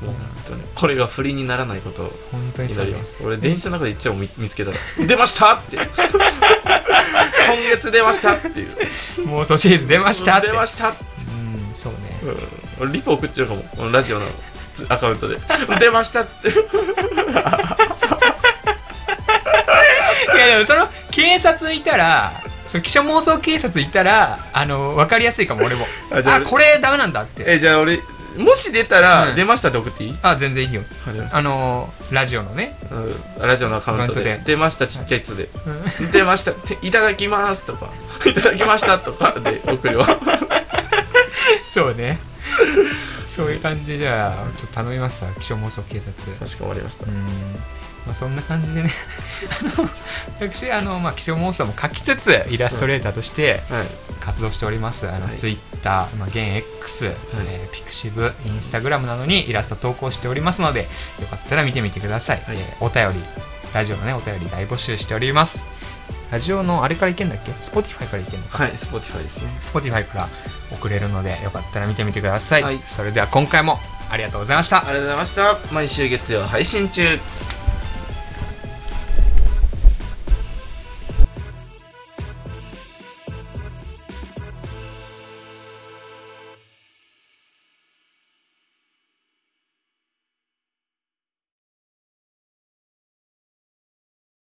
[SPEAKER 1] もう本当にこれが不倫にならないことを
[SPEAKER 2] 本当にそ
[SPEAKER 1] 祈
[SPEAKER 2] う
[SPEAKER 1] り
[SPEAKER 2] で
[SPEAKER 1] ますす俺電車の中で一応見見つけたら (laughs) 「出ました!」
[SPEAKER 2] (laughs)
[SPEAKER 1] って今月出ましたっていう
[SPEAKER 2] 妄想シリーズ出ましたって
[SPEAKER 1] 出ました、
[SPEAKER 2] うんそうね
[SPEAKER 1] うん、俺リポ送っちゃうかもこのラジオのつアカウントで「出ました!」
[SPEAKER 2] (laughs)
[SPEAKER 1] って
[SPEAKER 2] いやでもその警察いたらその気象妄想警察いたらあの分かりやすいかも俺も
[SPEAKER 1] あ
[SPEAKER 2] あ
[SPEAKER 1] じゃあ
[SPEAKER 2] これダメなんだって
[SPEAKER 1] えじゃあ俺もし出たら「
[SPEAKER 2] うん
[SPEAKER 1] 出ました」って送っていい
[SPEAKER 2] あ全然いいよ
[SPEAKER 1] わかりました
[SPEAKER 2] あのラジオのね
[SPEAKER 1] うんラジオのアカウント
[SPEAKER 2] アカウ
[SPEAKER 1] で
[SPEAKER 2] ント
[SPEAKER 1] 「出ましたちっちゃい「つ」で「出ました」て「いただきます」と
[SPEAKER 2] (laughs)
[SPEAKER 1] か「いただきました」とかで送るわ
[SPEAKER 2] そうねそういう感じでじゃあちょっと頼みますわ気象妄想警察
[SPEAKER 1] かしこまりました
[SPEAKER 2] うんまあそんな感じでねあの私あの、まあ、気象妄想も書きつつイラストレーターとして
[SPEAKER 1] はい
[SPEAKER 2] 活動しております、あの
[SPEAKER 1] はい
[SPEAKER 2] ツイッター、まあ、現 X、えーピクシブインスタグラムなどにイラスト投稿しておりますのでよかったら見てみてください、
[SPEAKER 1] はい
[SPEAKER 2] えーお便りラジオのねお便り大募集しておりますラジオのあれからいけんだっけ Spotify からいけんのか
[SPEAKER 1] はい、Spotify ですね。
[SPEAKER 2] Spotify から送れるのでよかったら見てみてください、
[SPEAKER 1] はい
[SPEAKER 2] それでは今回もありがとうございました
[SPEAKER 1] ありがとうございました。毎週月曜配信中。